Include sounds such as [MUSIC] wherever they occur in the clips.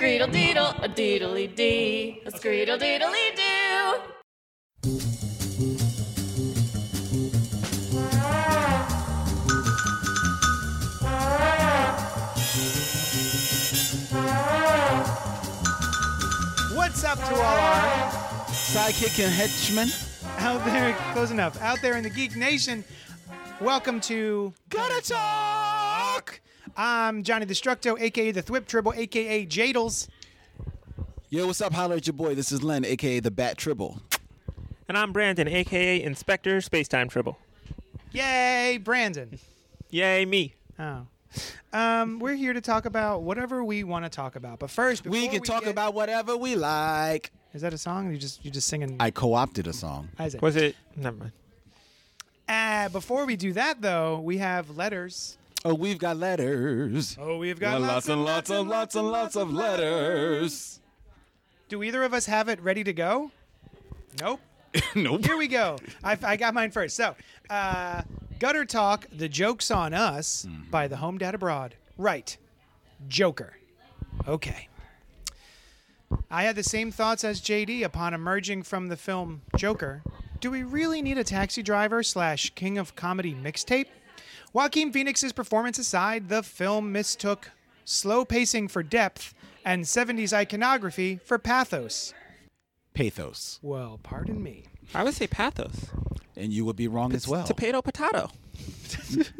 skeedle deedle, a deedly dee, a skeedle deedly doo. What's up to all our sidekick and henchmen out there? Close enough. Out there in the Geek Nation, welcome to Gotta Talk. I'm Johnny Destructo, aka the Thwip Tribble, aka Jadles. Yo, what's up? Holler at your boy. This is Len, aka the Bat Tribble. And I'm Brandon, aka Inspector Spacetime Tribble. Yay, Brandon. Yay, me. Oh. Um, we're here to talk about whatever we want to talk about. But first, before We can talk get- about whatever we like. Is that a song? You just you just singing I co-opted a song. Isaac. Was it? Never mind. Uh, before we do that though, we have letters. Oh, we've got letters. Oh, we've got Got lots and lots and lots and lots of letters. Do either of us have it ready to go? Nope. Nope. Here we go. I, I got mine first. So, uh, Gutter Talk, The Joke's on Us by The Home Dad Abroad. Right. Joker. Okay. I had the same thoughts as JD upon emerging from the film Joker. Do we really need a taxi driver slash king of comedy mixtape? Joaquin Phoenix's performance aside, the film mistook slow pacing for depth and 70s iconography for pathos. Pathos, Well, pardon me. I would say pathos. and you would be wrong as well. Potato, potato.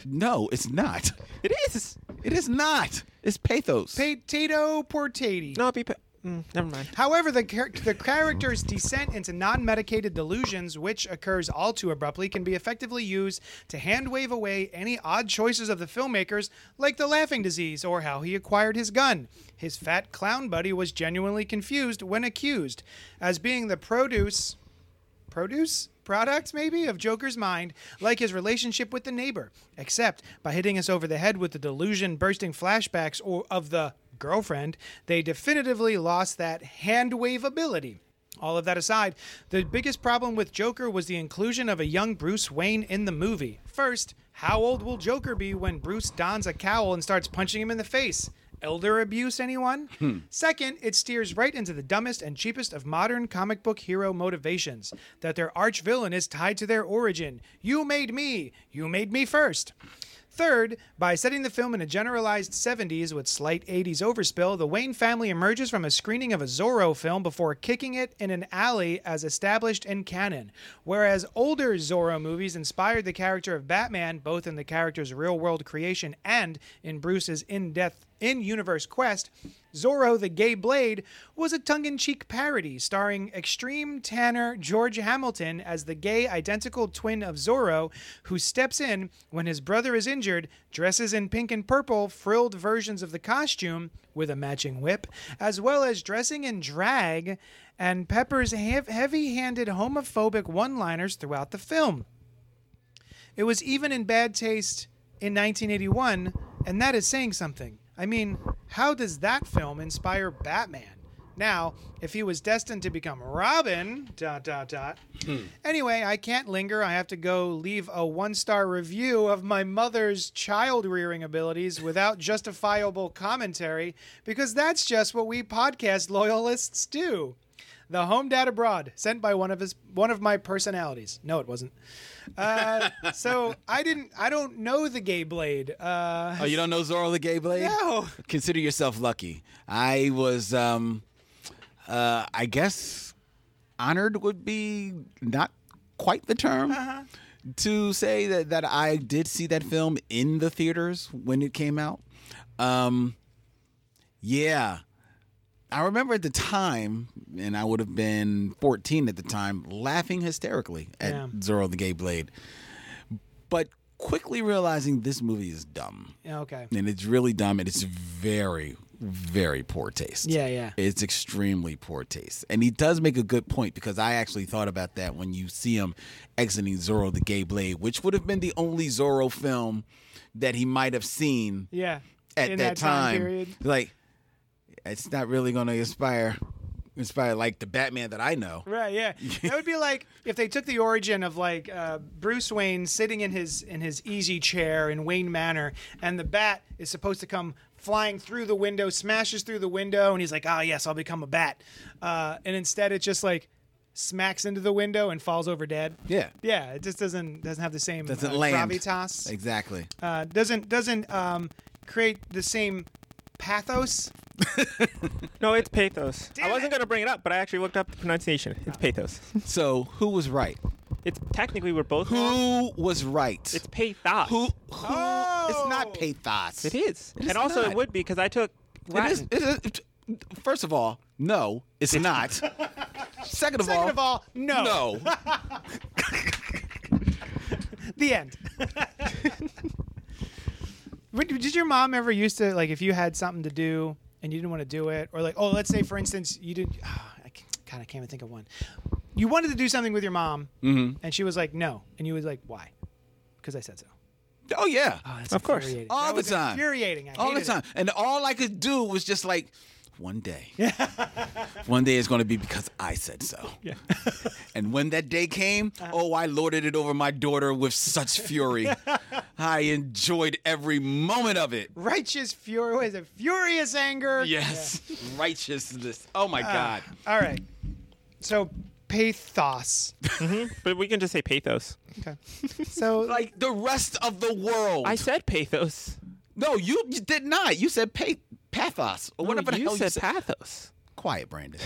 no, it's not. It is. It is not. It's pathos. Potato portati. No, it'd be. Pa- mm, never mind. However, the, char- the character's descent into non medicated delusions, which occurs all too abruptly, can be effectively used to hand wave away any odd choices of the filmmakers, like the laughing disease or how he acquired his gun. His fat clown buddy was genuinely confused when accused as being the produce produce product maybe of joker's mind like his relationship with the neighbor except by hitting us over the head with the delusion bursting flashbacks or of the girlfriend they definitively lost that hand wave ability all of that aside the biggest problem with joker was the inclusion of a young bruce wayne in the movie first how old will joker be when bruce dons a cowl and starts punching him in the face elder abuse anyone? Second, it steers right into the dumbest and cheapest of modern comic book hero motivations that their arch villain is tied to their origin. You made me. You made me first. Third, by setting the film in a generalized 70s with slight 80s overspill, the Wayne family emerges from a screening of a Zorro film before kicking it in an alley as established in canon. Whereas older Zorro movies inspired the character of Batman both in the character's real world creation and in Bruce's in depth in universe quest, Zorro the Gay Blade was a tongue in cheek parody starring extreme tanner George Hamilton as the gay identical twin of Zorro who steps in when his brother is injured, dresses in pink and purple frilled versions of the costume with a matching whip, as well as dressing in drag and peppers hev- heavy handed homophobic one liners throughout the film. It was even in bad taste in 1981, and that is saying something. I mean, how does that film inspire Batman? Now, if he was destined to become Robin, dot dot dot. Anyway, I can't linger. I have to go leave a one-star review of my mother's child-rearing abilities without [LAUGHS] justifiable commentary because that's just what we podcast loyalists do. The Home Dad Abroad, sent by one of his one of my personalities. No, it wasn't. Uh, so I didn't. I don't know the Gay Blade. Uh, Oh, you don't know Zorro the Gay Blade? No. Consider yourself lucky. I was, um, uh, I guess, honored would be not quite the term. To say that, that I did see that film in the theaters when it came out. Um, yeah. I remember at the time, and I would have been 14 at the time, laughing hysterically at Yeah. Zorro the Gay Blade. But quickly realizing this movie is dumb yeah, okay. and it's really dumb and it's very very poor taste Yeah, yeah. it's extremely poor taste and he does make a good point because i actually thought about that when you see him exiting zorro the gay blade which would have been the only zorro film that he might have seen Yeah. at In that, time period. like it's not really going to inspire inspired like the Batman that I know. Right, yeah. That would be like if they took the origin of like uh, Bruce Wayne sitting in his in his easy chair in Wayne Manor, and the bat is supposed to come flying through the window, smashes through the window, and he's like, "Ah, yes, I'll become a bat," uh, and instead it just like smacks into the window and falls over dead. Yeah. yeah. It just doesn't doesn't have the same Doesn't uh, land gravitas. [LAUGHS] Exactly. Uh, doesn't doesn't um, create the same pathos. No, it's pathos. Damn I it. wasn't gonna bring it up, but I actually looked up the pronunciation. It's [LAUGHS] pathos. So who was right? It's technically we're both. wrong. Who was right? It's pathos. who? Who? It's Oh. not pathos. It is. is and also, not. it would be because I took It is, Latin. it is, it- first of all, no, it's not. Second of all, Second of all, no. no. The end. [LAUGHS] Would- Did your mom ever used to like if you had something to do and you didn't want to do it, or like oh, let's say for instance you did, ah, I can't- God, I can't even think of one. You wanted to do something with your mom, Mm-hmm. and she was like no, and you was like why? Because I said so. Oh yeah, Oh, that's Of course. infuriating. All That the was time. Infuriating. I all the hated it. time, and all I could do was just like, one day, one day is going to be because I said so. [LAUGHS] Yeah. and when that day came, oh, I lorded it over my daughter with such fury. I enjoyed every moment of it. Righteous fury. What is it? Furious anger. Yes, righteousness. Oh my God. All right. So pathos. But we can just say pathos. Okay. So Like the rest of the world. I said pathos. No, you you did not. You said pa- pathos or whatever the you hell said you said. pathos. Quiet, [LAUGHS] Brandon.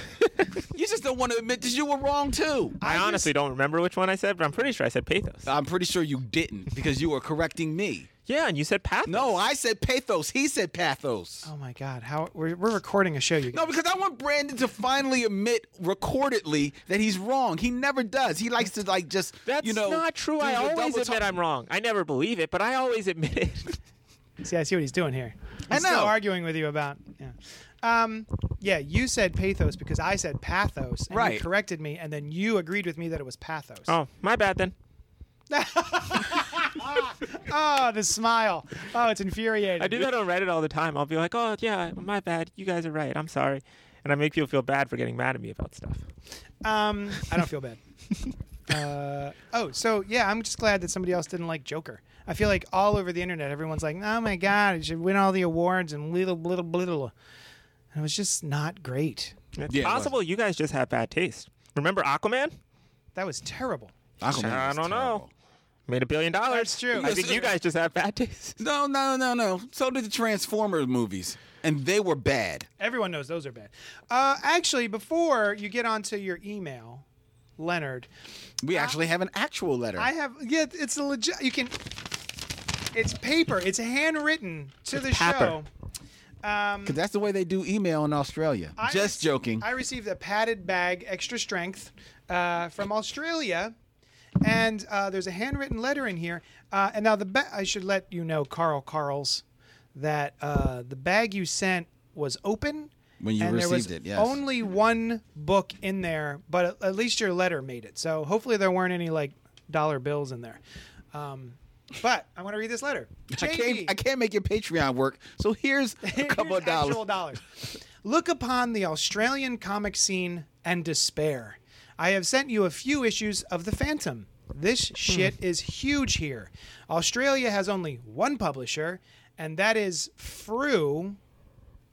you just don't want to admit that you were wrong too. I, honestly don't remember which one I said, but I'm pretty sure I said pathos. I'm pretty sure you didn't because you were correcting me. yeah, and you said pathos. No, I said pathos. He said pathos. oh my God, how we're, we're recording a show. You No, because I want Brandon to finally admit recordedly that he's wrong. He never does. He likes to like just That's you know not true. do I the always double admit talk. I'm wrong. I never believe it, but I always admit it. See, I see what he's doing here. He's I still know. arguing with you about. Yeah. Um, yeah, you said pathos because I said pathos, and you Right. corrected me, and then you agreed with me that it was pathos. [LAUGHS] oh, my bad then. Oh, the smile. Oh, it's infuriating. I do that on Reddit all the time. I'll be like, oh, yeah, my bad. You guys are right. I'm sorry. And I make people feel bad for getting mad at me about stuff. Um, I don't feel bad. [LAUGHS] uh, oh, so yeah, I'm just glad that somebody else didn't like Joker. I feel like all over the internet, everyone's like, "Oh my god, it should win all the awards," and little, little, little. And it was just not great. It's Yeah, it was. possible you guys just have bad taste. Remember Aquaman? That was terrible. Aquaman I was don't know. terrible. Made a billion dollars. That's true. I think you guys just have bad taste. [LAUGHS] No, no, no, no. So did the Transformers movies, and they were bad. Everyone knows those are bad. Uh, actually, before you get onto your email, Leonard, We actually have an actual letter. I have yeah, it's a legit. You can, it's paper. It's handwritten to the paper. show. Um, Because that's the way they do email in Australia. I rec- Just joking. I received a padded bag, extra strength, uh, from Australia. And uh, there's a handwritten letter in here. Uh, and now the ba- I should let you know, Carl Carls, that uh, the bag you sent was open. When you and there was received it, yes. only one book in there, but at, at least your letter made it. So hopefully there weren't any like dollar bills in there. Um, but I want to read this letter. I JD. can't, I can't make your Patreon work, so here's a [LAUGHS] couple Here's of dollars. actual dollars. Look upon the Australian comic scene and despair. I have sent you a few issues of The Phantom. Hmm. This shit is huge here. Australia has only one publisher, and that is Frew,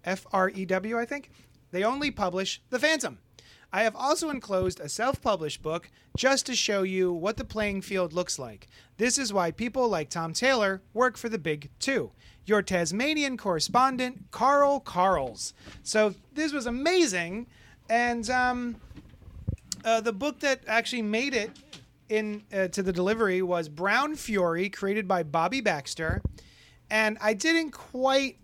F R E W, I think. They only publish The Phantom. I have also enclosed a self published book just to show you what the playing field looks like. This is why people like Tom Taylor work for the big two. Your Tasmanian correspondent, Carl Carls. So this was amazing. And um, uh, the book that actually made it in uh, to the delivery was Brown Fury, created by Bobby Baxter. And I didn't quite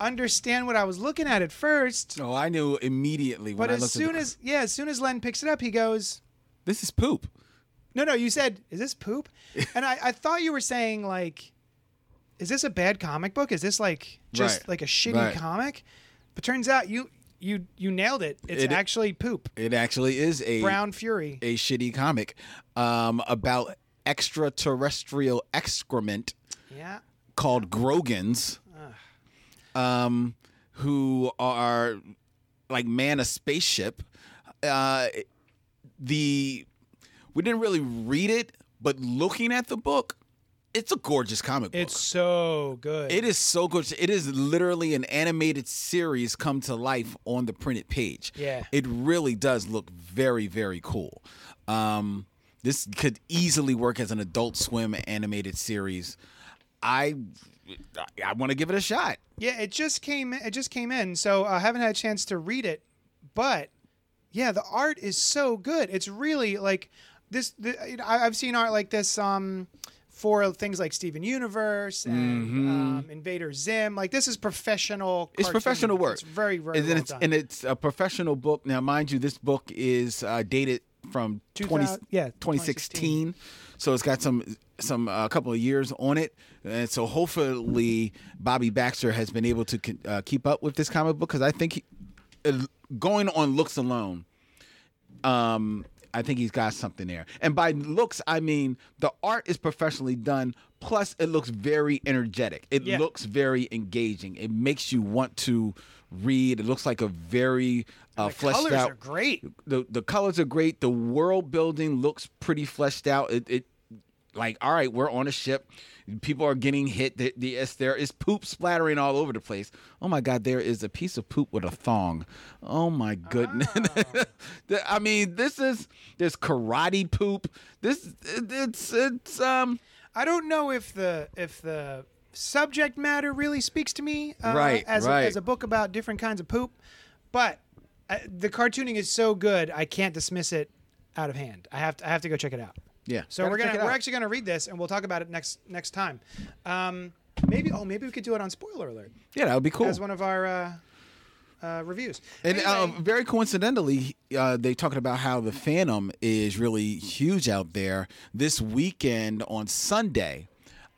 understand what I was looking at at first. No, Oh, I knew immediately when But I as looked soon at the, as yeah, as soon as Len picks it up, he goes, this is poop. "No, no, you said is this [LAUGHS] poop?" And I, I thought you were saying like, "Is this a bad comic book? Is this like just Right. like a shitty Right. comic?" But turns out you you you nailed it. It's It- actually poop. It actually is a Brown Fury. a shitty comic um, about extraterrestrial excrement yeah. called Grogans, um, who are like man a spaceship, uh, the we didn't really read it, but looking at the book, it's a gorgeous comic book. It's so good. It is so good. It is literally an animated series come to life on the printed page. Yeah. It really does look very, very cool. Um, this could easily work as an adult swim animated series. I I- I want to give it a shot. Yeah, it just came. It just came in, so I haven't had a chance to read it. But yeah, the art is so good. It's really like this. The, you know, I- I've seen art like this um, for things like Steven Universe and um, Invader Zim. Like this is professional. Mm-hmm. It's cartoon. professional work. It's very very and well it's, done. and it's a professional book. Now, mind you, this book is uh, dated from 20, 2000 yeah, 2016. So it's got some some a couple of years on it, and so hopefully Bobby Baxter has been able to con- uh, keep up with this comic book because I think he, uh, going on looks alone, um, I think he's got something there. And by looks, I mean the art is professionally done. Plus, it looks very energetic. It Yeah. looks very engaging. It makes you want to read. It looks like a very uh, the fleshed colors out. are great. The the colors are great. The world building looks pretty fleshed out. It, it like all right, we're on a ship. People are getting hit. The, the, yes, there is poop splattering all over the place. Oh my God, there is a piece of poop with a thong. Oh my goodness. [LAUGHS] The- I mean, this is there's karate poop. This it- it's it's um I don't know if the if the subject matter really speaks to me uh, Right, as right. A, as a book about different kinds of poop, but uh, the cartooning is so good I can't dismiss it out of hand. I have to I have to go check it out. yeah. So Gotta we're check gonna it we're out. actually gonna read this and we'll talk about it next next time. Um, maybe oh maybe we could do it on spoiler alert yeah that would be cool. as one of our uh, uh, reviews. And uh, Anyway, very coincidentally, uh, they talking about how the Phantom is really huge out there. This weekend on Sunday,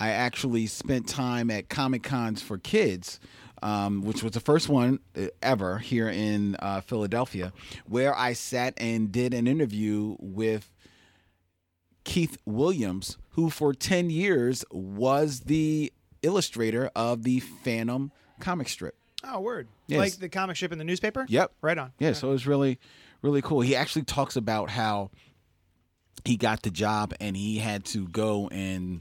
I actually spent time at Comic Cons for Kids, um, which was the first one uh, ever here in uh, Philadelphia, where I sat and did an interview with Keith Williams, who for 10 years was the illustrator of the Phantom comic strip. oh word Yes. like the comic strip in the newspaper. Yep. right on. Yeah, so it was really, really cool. He actually talks about how he got the job and he had to go and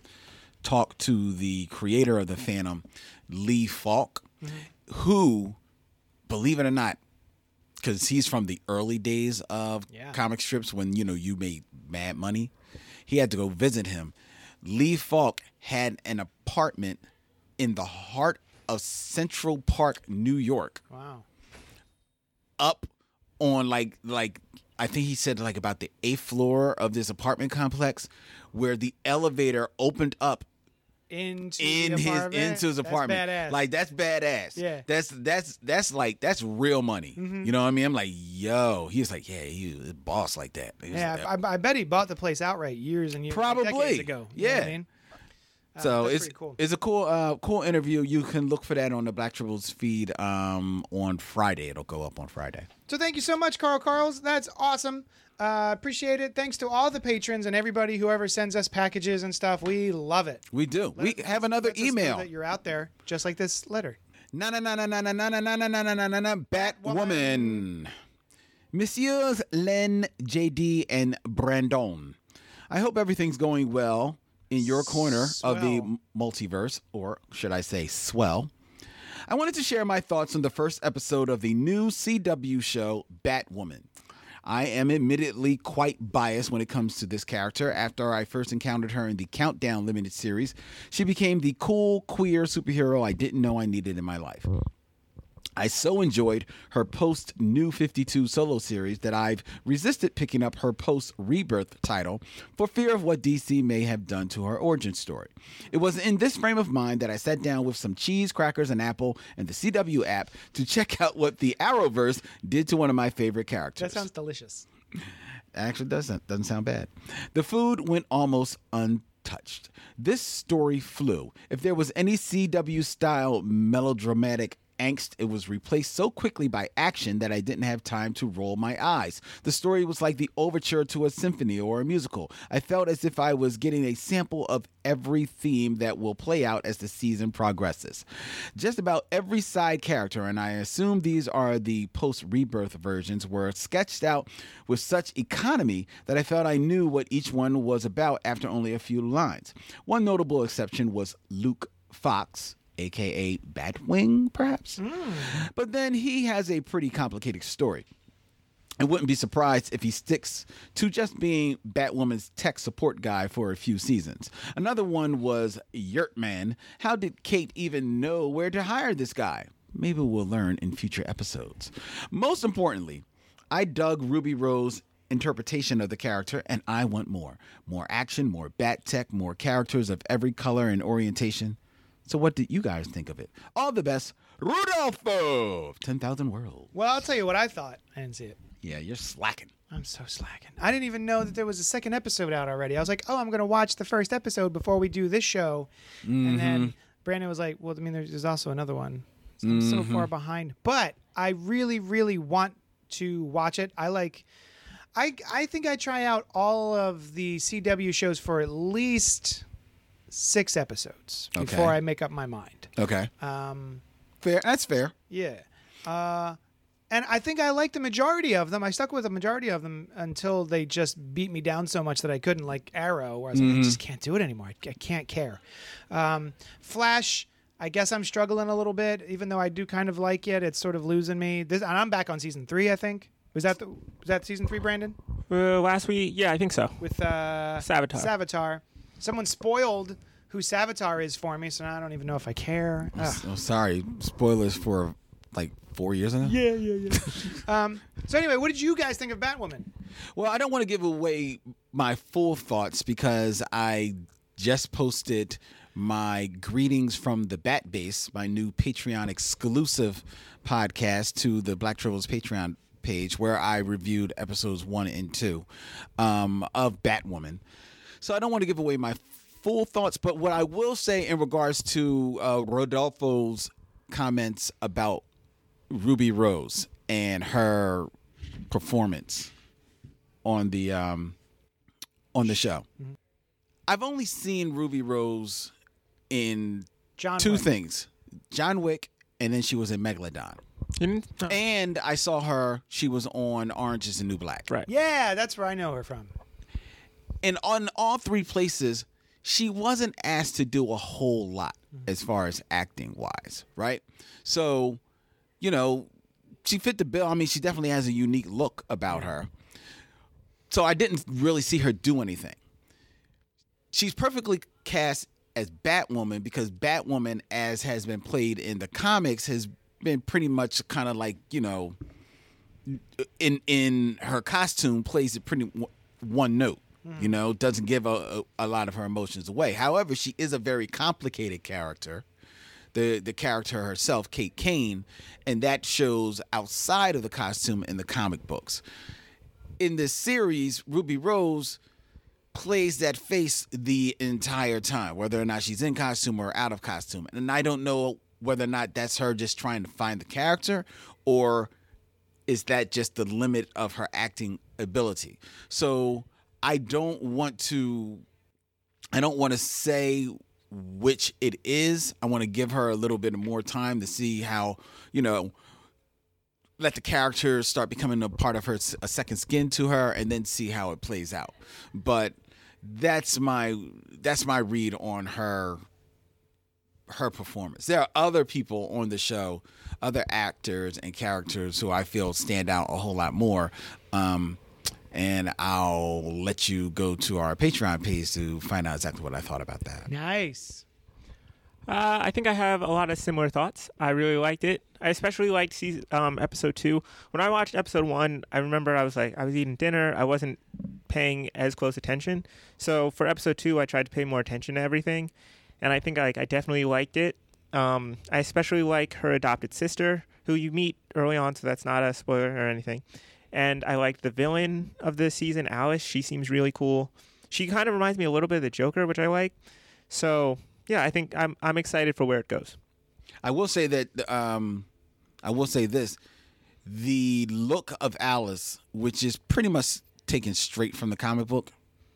talk to the creator of the Phantom, Lee Falk, Mm-hmm. who, believe it or not, because he's from the early days of Yeah. comic strips when you know you made mad money. He had to go visit him. Lee Falk had an apartment in the heart of Central Park, New York Wow. up on like like I think he said like about the eighth floor of this apartment complex where the elevator opened up Into the in his apartment? into his That's apartment. badass. Like that's badass. Yeah. Mm-hmm. That's that's that's like that's real money. You know what I mean? I'm like, yo. He was like, yeah, he was a boss like that. He was Yeah, like, I, I- I bet he bought the place outright years and years, like Probably. decades ago. You know what I Yeah. mean? so that's it's pretty cool. it's a cool uh cool interview. You can look for that on the Black Tribbles feed um on Friday. It'll go up on Friday. So thank you so much, Carl Carls. That's awesome. Uh, appreciate it. Thanks to all the patrons and everybody whoever sends us packages and stuff. We love it. We do. we have another Lets us know email. that you're out there, just like this letter. na na na na na na na na na na na na na na na Batwoman. Messieurs Len, JD, and Brandon. I hope everything's going well in your corner of the Swell. m- multiverse, or should I say, swell. I wanted to share my thoughts on the first episode of the new CW show, Batwoman. I am admittedly quite biased when it comes to this character. After I first encountered her in the Countdown Limited series, she became the cool, queer superhero I didn't know I needed in my life. I so enjoyed her post New 52 solo series that I've resisted picking up her post Rebirth title for fear of what DC may have done to her origin story. It was in this frame of mind that I sat down with some cheese, crackers, and apple and the CW app to check out what the Arrowverse did to one of my favorite That characters sounds delicious. actually doesn't doesn't sound bad. The food went almost untouched. This story flew. If there was any CW style melodramatic angst, it was replaced so quickly by action that I didn't have time to roll my eyes. The story was like the overture to a symphony or a musical. I felt as if I was getting a sample of every theme that will play out as the season progresses. Just about every side character, and I assume these are the post rebirth versions, were sketched out with such economy that I felt I knew what each one was about after only a few lines. One notable exception was Luke Fox, aka Batwing, perhaps. But then he has a pretty complicated story. I wouldn't be surprised if he sticks to just being Batwoman's tech support guy for a few seasons. Another one was Yurtman. How did Kate even know where to hire this guy? Maybe we'll learn in future episodes. Most importantly, I dug Ruby Rose interpretation of the character and I want more. More action, more bat tech, more characters of every color and orientation. So what did you guys think of it? All the best, Rudolph 10,000 World. Well, I'll tell you what I thought. I didn't see it. Yeah, you're slacking. I'm so slacking. I didn't even know that there was a second episode out already. I was like, oh, I'm going to watch the first episode before we do this show. And then Brandon was like, well, I mean, there's, there's also another one. So I'm so far behind. But I really, really want to watch it. I like. I, I think I try out all of the CW shows for at least six episodes Okay. before I make up my mind. Okay. Um, fair. That's fair. yeah. Uh, and I think I liked the majority of them. I stuck with the majority of them until they just beat me down so much that I couldn't, like Arrow, where I was like, I just can't do it anymore. I, I can't care. Um, Flash, I guess I'm struggling a little bit, even though I do kind of like it. It's sort of losing me. This, and I'm back on season three, I think. Was that the, was that season three, Brandon? Uh, last week, yeah, I think so. With uh, Savitar. Savitar. Someone spoiled who Savitar is for me, so now I don't even know if I care. Ugh. Oh, sorry. Spoilers for like four years ago. Yeah, yeah, yeah. Um, so anyway, what did you guys think of Batwoman? Well, I don't want to give away my full thoughts because I just posted my greetings from the Bat Base, my new Patreon exclusive podcast to the Black Tribbles Patreon page, where I reviewed episodes one and two um, of Batwoman. So I don't want to give away my full thoughts, but what I will say in regards to uh, Rodolfo's comments about Ruby Rose and her performance on the um on the show. Mm-hmm. I've only seen Ruby Rose in John two Wick. things. John Wick and then she was in Megalodon. And I saw her she was on Orange is the New Black. Right. Yeah, that's where I know her from. And on all three places she wasn't asked to do a whole lot as far as acting wise, right? So, you know, she fit the bill. I mean, she definitely has a unique look about her. So I didn't really see her do anything. She's perfectly cast as Batwoman because Batwoman, as has been played in the comics, has been pretty much kind of like you know, in in her costume plays it pretty w- one note. You know, doesn't give a, a, a lot of her emotions away. However, she is a very complicated character the the character herself, Kate Kane, and that shows outside of the costume in the comic books. In this series, Ruby Rose plays that face the entire time, whether or not she's in costume or out of costume. And I don't know whether or not that's her just trying to find the character or is that just the limit of her acting ability. So I don't want to I don't want to say which it is. I want to give her a little bit more time to see how, you know, let the characters start becoming a part of her, a second skin to her, and then see how it plays out. But that's my that's my read on her her performance. There are other people on the show, other actors and characters who I feel stand out a whole lot more. Um, and I'll let you go to our Patreon page to find out exactly what I thought about that. Nice. Uh, I think I have a lot of similar thoughts. I really liked it. I especially liked season, um, episode two. When I watched episode one, I remember I was like, I was eating dinner. I wasn't paying as close attention. So for episode two, I tried to pay more attention to everything, and I think like I definitely liked it. Um, I especially like her adopted sister, who you meet early on. So that's not a spoiler or anything. And I liked the villain of the season, Alice. She seems really cool. She kind of reminds me a little bit of the Joker, which I like. So yeah, I think I'm I'm excited for where it goes. I will say that um, I will say this: the look of Alice, which is pretty much taken straight from the comic book,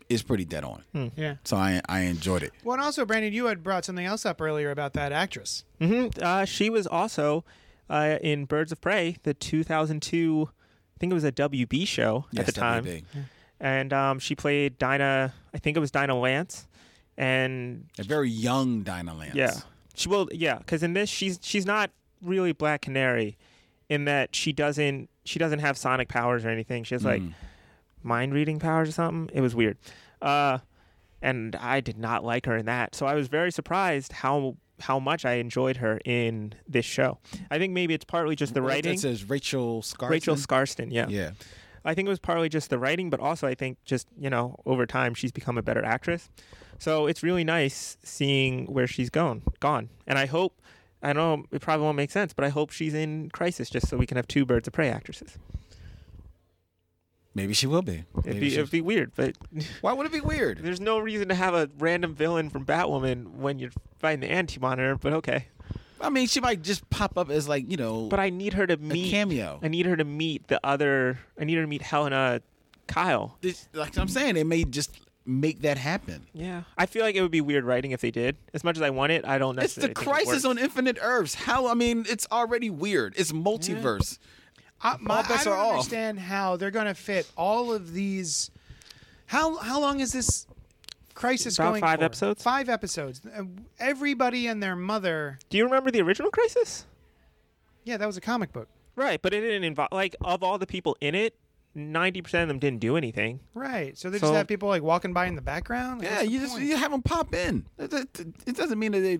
is pretty dead on. Hmm. Yeah. So I I enjoyed it. Well, and also, Brandon, you had brought something else up earlier about that actress. hmm Uh, she was also uh, in Birds of Prey, the 2002. I think it was a WB show at the Yes, time, WB. and um, she played Dinah. I think it was Dinah Lance, and a very young Dinah Lance. yeah, she will. Yeah, because in this, she's she's not really Black Canary, in that she doesn't she doesn't have sonic powers or anything. She has like mind reading powers or something. It was weird, uh, and I did not like her in that. So I was very surprised how how much I enjoyed her in this show. I think maybe it's partly just the writing. It says Rachel Scarson. Rachel Scarston, yeah. Yeah. I think it was partly just the writing, but also I think just, you know, over time she's become a better actress. So it's really nice seeing where she's gone gone. And I hope I know it probably won't make sense, but I hope she's in crisis just so we can have two birds of prey actresses. Maybe she will be. It'd Maybe be, she- it'd be weird, but Why would it be weird? [LAUGHS] there's no reason to have a random villain from Batwoman when you're fighting the anti monitor, but okay. I mean, she might just pop up as like you know But I need her to a meet cameo. I need her to meet the other I need her to meet Helena Kyle. This- like I'm saying, they may just make that happen. Yeah, I feel like it would be weird writing if they did. As much as I want it, I don't It's necessarily. the think it crisis on works. infinite earths. How I mean, it's already weird. It's multiverse. I, Uh, my, bets I don't are off. understand how they're going to fit all of these. How how long is this crisis About going? five for? episodes. Five episodes. Uh, Everybody and their mother. Do you remember the original Crisis? Yeah, that was a comic book. Right, but it didn't involve like of all the people in it, ninety percent of them didn't do anything. Right. So they So- just have people like walking by in the background. Like, Yeah, what's the you just point? you have them pop in. It, it- it doesn't mean that they.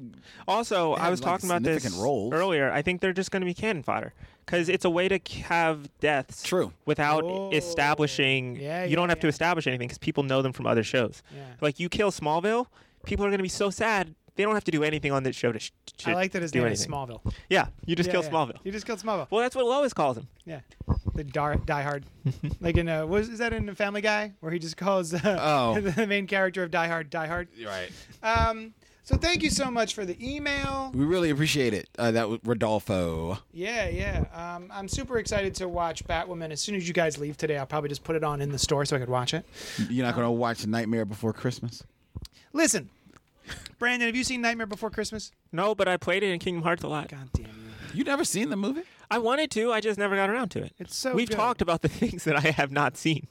Also, I had, was like, talking about this significant roles. earlier. I think they're just going to be cannon fodder because it's a way to k- have deaths. True. Without Oh. establishing, Yeah, you don't yeah, have to yeah. establish anything because people know them from other shows. Yeah. Like you kill Smallville, people are going to be so sad they don't have to do anything on this show to. Sh- to I like that his do name anything. is Smallville. Yeah, you just Yeah, kill yeah. Smallville. You just killed Smallville. Well, that's what Lois calls him. Yeah. The dar- Die [LAUGHS] Hard. like in uh, was is that in Family Guy where he just calls uh, Oh. [LAUGHS] the main character of Die Hard Die Hard. Right. Um. So thank you so much for the email. We really appreciate it. Uh, that was Rodolfo. Yeah, yeah. Um, I'm super excited to watch Batwoman. As soon as you guys leave today, I'll probably just put it on in the store so I could watch it. You're not gonna watch Nightmare Before Christmas. Listen, Brandon, have you seen Nightmare Before Christmas? No, but I played it in Kingdom Hearts a lot. God damn you. You never seen the movie? I wanted to, I just never got around to it. It's so We've good. talked about the [LAUGHS] things that I have not seen.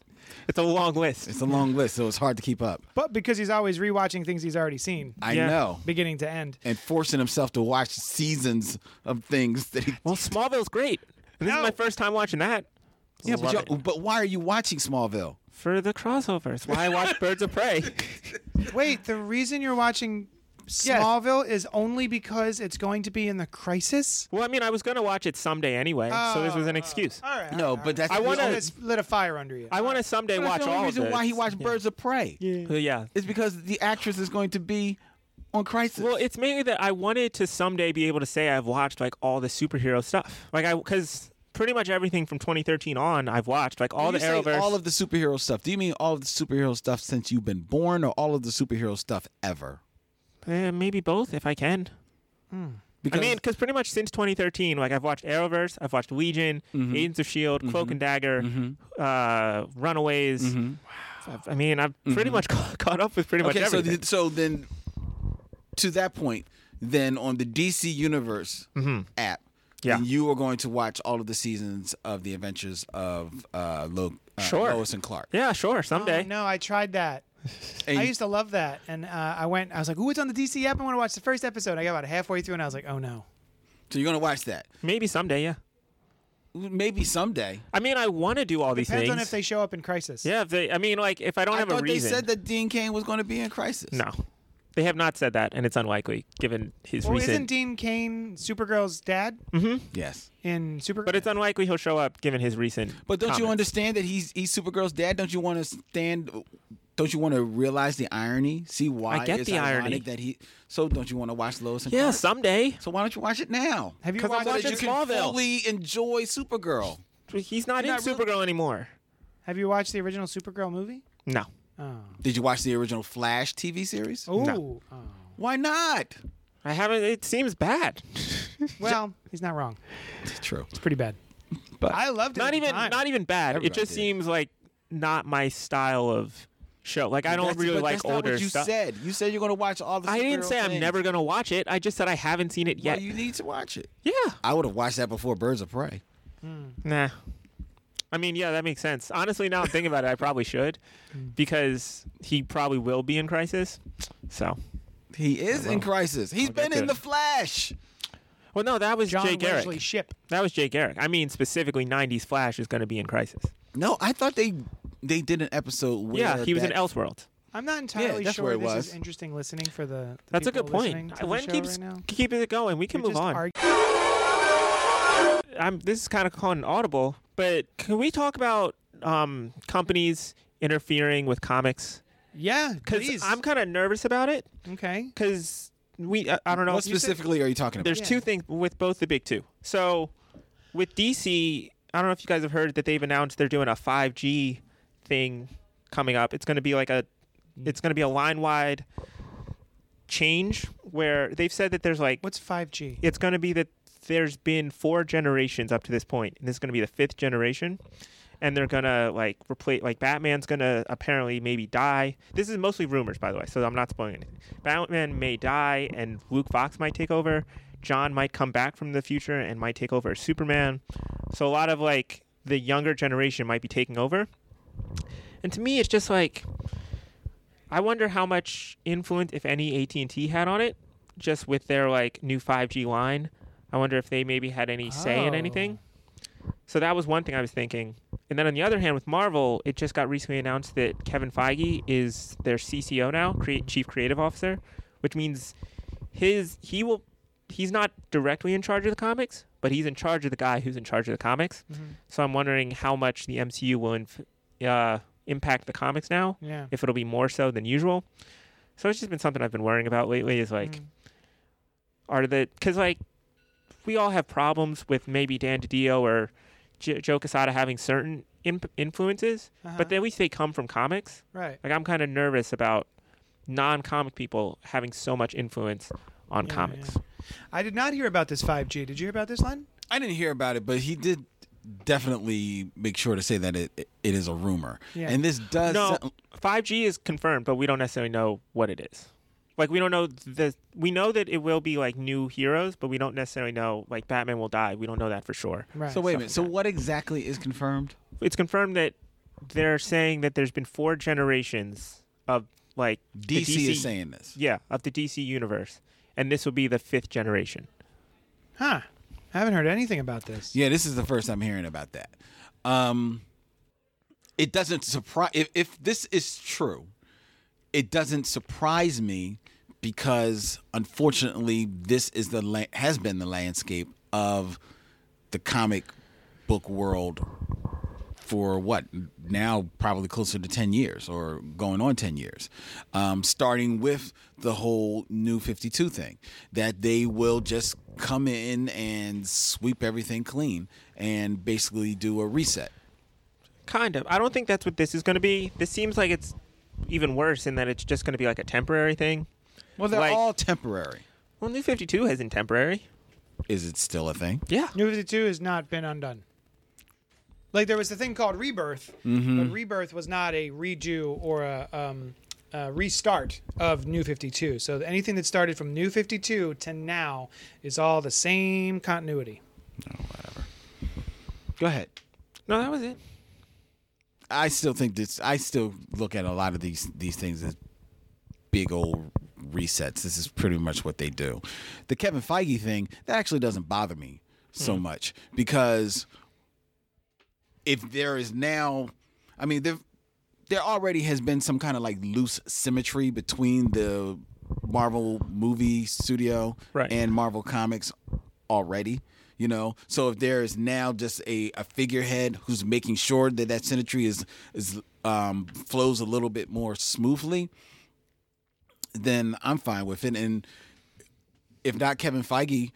It's a long list. It's a long list, so it's hard to keep up. But because he's always rewatching things he's already seen, I Yeah. know. beginning to end. And forcing himself to watch seasons of things that he. well, Smallville's great. And this No. is my first time watching that. yeah, Love but, you it. but why are you watching Smallville? for the crossovers, why [LAUGHS] I watch Birds of Prey. Wait, the reason you're watching Smallville is only because it's going to be in the crisis? Well, I mean, I was going to watch it someday anyway, so this was an excuse. Oh. All right. No, but that's Uh, I the wanna- only- It's lit a fire under you. I want to someday that's watch the only all reason of this. why he watched Birds of Prey. Uh, Yeah. It's because the actress is going to be on Crisis. Well, it's mainly that I wanted to someday be able to say I've watched like all the superhero stuff. Like I cuz pretty much everything from 2013 on I've watched like all When the you say Arrowverse. all of the superhero stuff. Do you mean all of the superhero stuff since you've been born, or all of the superhero stuff ever? Eh, maybe both if I can. I Because mean, because pretty much since 2013, like I've watched Arrowverse, I've watched Legion, Agents of Shield, E Cloak and Dagger, uh, Runaways. I've- I mean, I've pretty much [LAUGHS] ca- caught up with pretty much okay, so everything. th- so then to that point, then on the DC Universe app, Mm-hmm. Yeah. then you are going to watch all of the seasons of the Adventures of uh, Lo- uh, Sure. Lois and Clark. yeah, sure, Oh, someday. no, I tried that. And I you- used to love that, and uh, I went. I was like, "Ooh, it's on the DC app. I want to watch the first episode." I got about halfway through, and I was like, "Oh no!" so you're going to watch that Maybe someday, yeah. maybe someday. I mean, I want to do all these Depends things. on if they show up in Crisis. yeah, if they. I mean, like if I don't I have a thought they reason. said that Dean Kane was going to be in Crisis. no, they have not said that, and it's unlikely given his Well, recent. Mm-hmm. isn't Dean Kane Supergirl's dad Yes. in Supergirl? but it's unlikely he'll show up given his recent. But don't you comments. understand that he's he's Supergirl's dad? Don't you want to stand? Don't you want to realize the irony? See why I get it's the ironic irony. that he. So don't you want to watch Lois and Yeah, Clark? someday. So why don't you watch it now? Have you 'Cause I'm watched? so that watching you can Smallville. fully enjoy Supergirl. He's not in not really- Supergirl anymore. Have you watched the original Supergirl movie? No. Oh, Oh. Did you watch the original Flash TV series? Ooh. No. Oh. Why not? I haven't. It seems bad. Well, he's not wrong. True. It's pretty bad. But- I loved it. not at the even time. not even bad. Everybody it just did. seems like not my style of show. Like I don't That's- really but like that's not older what you stuff. said you said you're going to watch all the. I didn't superhero say I'm things. never gonna watch it. I just said I haven't seen it Well, yet. you need to watch it. yeah. I would have watched that before Birds of Prey. Nah. I mean, yeah, that makes sense. Honestly, now I'm thinking about it, I probably should because he probably will be in crisis. So, He is in crisis. He's get been in to the it. Flash. well, no, that was John Jay Garrick. Wesley Ship. That was Jay Garrick. I mean, specifically, '90s Flash is going to be in crisis. No, I thought they they did an episode where yeah, he was in that- Elseworld. I'm not entirely that's sure where it this was. is interesting listening for the. the That's a people good listening to point. the Len show keeps right now. keeping it going. We can We're move just on. argu- I'm, this is kind of calling an audible, but can we talk about um, companies interfering with comics? yeah, Because please. I'm kind of nervous about it. okay. Because we, I, I don't know. What if you said- specifically are you talking about? There's two things with both the big two. So with DC, I don't know if you guys have heard that they've announced they're doing a 5G thing coming up. It's going to be like a it's going to be a line-wide change where they've said that there's like What's 5G? it's going to be that there's been four generations up to this point, and this is going to be the fifth generation. And they're gonna like replace like Batman's gonna apparently maybe die. This is mostly rumors, by the way, so I'm not spoiling anything. Batman may die, and Luke Fox might take over. John might come back from the future and might take over as Superman. So a lot of like the younger generation might be taking over. And to me, it's just like I wonder how much influence, if any, AT and T had on it, just with their like new 5G line. I wonder if they maybe had any say in Oh. anything. So that was one thing I was thinking. And then on the other hand, with Marvel, it just got recently announced that Kevin Feige is their CCO now, crea- Chief Creative Officer, which means his he will he's not directly in charge of the comics, but he's in charge of the guy who's in charge of the comics. Mm-hmm. So I'm wondering how much the MCU will inf- uh, impact the comics now Yeah. if it'll be more so than usual. So it's just been something I've been worrying about lately is Mm. like, Mm-hmm. are the, because like, we all have problems with maybe Dan DiDio or J- Joe Casada having certain imp- influences, Uh-huh. but then we say come from comics. right. Like, I'm kind of nervous about non comic people having so much influence on Yeah, comics. I did not hear about this 5G. Did you hear about this, Len? I didn't hear about it, but he did definitely make sure to say that it it is a rumor. Yeah. And this does No, sound- 5G is confirmed, but we don't necessarily know what it is. Like we don't know the we know that it will be like new heroes, but we don't necessarily know like Batman will die. We don't know that for sure. Right. So wait a minute. So what exactly is confirmed? It's confirmed that they're saying that there's been four generations of like the DC, is saying this. yeah of the DC universe, and this will be the fifth generation. Huh. I haven't heard anything about this. Yeah, this is the first I'm hearing about that. Um, it doesn't surprise if, if this is true. It doesn't surprise me because unfortunately, this is the la- has been the landscape of the comic book world for what now probably closer to 10 years or going on 10 years um, starting with the whole new 52 thing that they will just come in and sweep everything clean and basically do a reset Kind of. I don't think that's what this is going to be. This seems like it's even worse in that it's just going to be like a temporary thing. well they're Like- all temporary Well, New Fifty Two isn't temporary. is it still a thing Yeah. New 52 has not been undone. Like there was a thing called Rebirth, Mm-hmm. but Rebirth was not a redo or a, um, a restart of New 52. So anything that started from New 52 to now is all the same continuity. go ahead No, that was it. i still think this i still look at a lot of these these things as big old resets. This is pretty much what they do. The Kevin Feige thing, that actually doesn't bother me so much because if there is now, I mean, there, there already has been some kind of like loose symmetry between the Marvel movie studio Right. and Marvel Comics already. You know, so if there is now just a, a figurehead who's making sure that that symmetry is is um, flows a little bit more smoothly, then I'm fine with it. And if not Kevin Feige,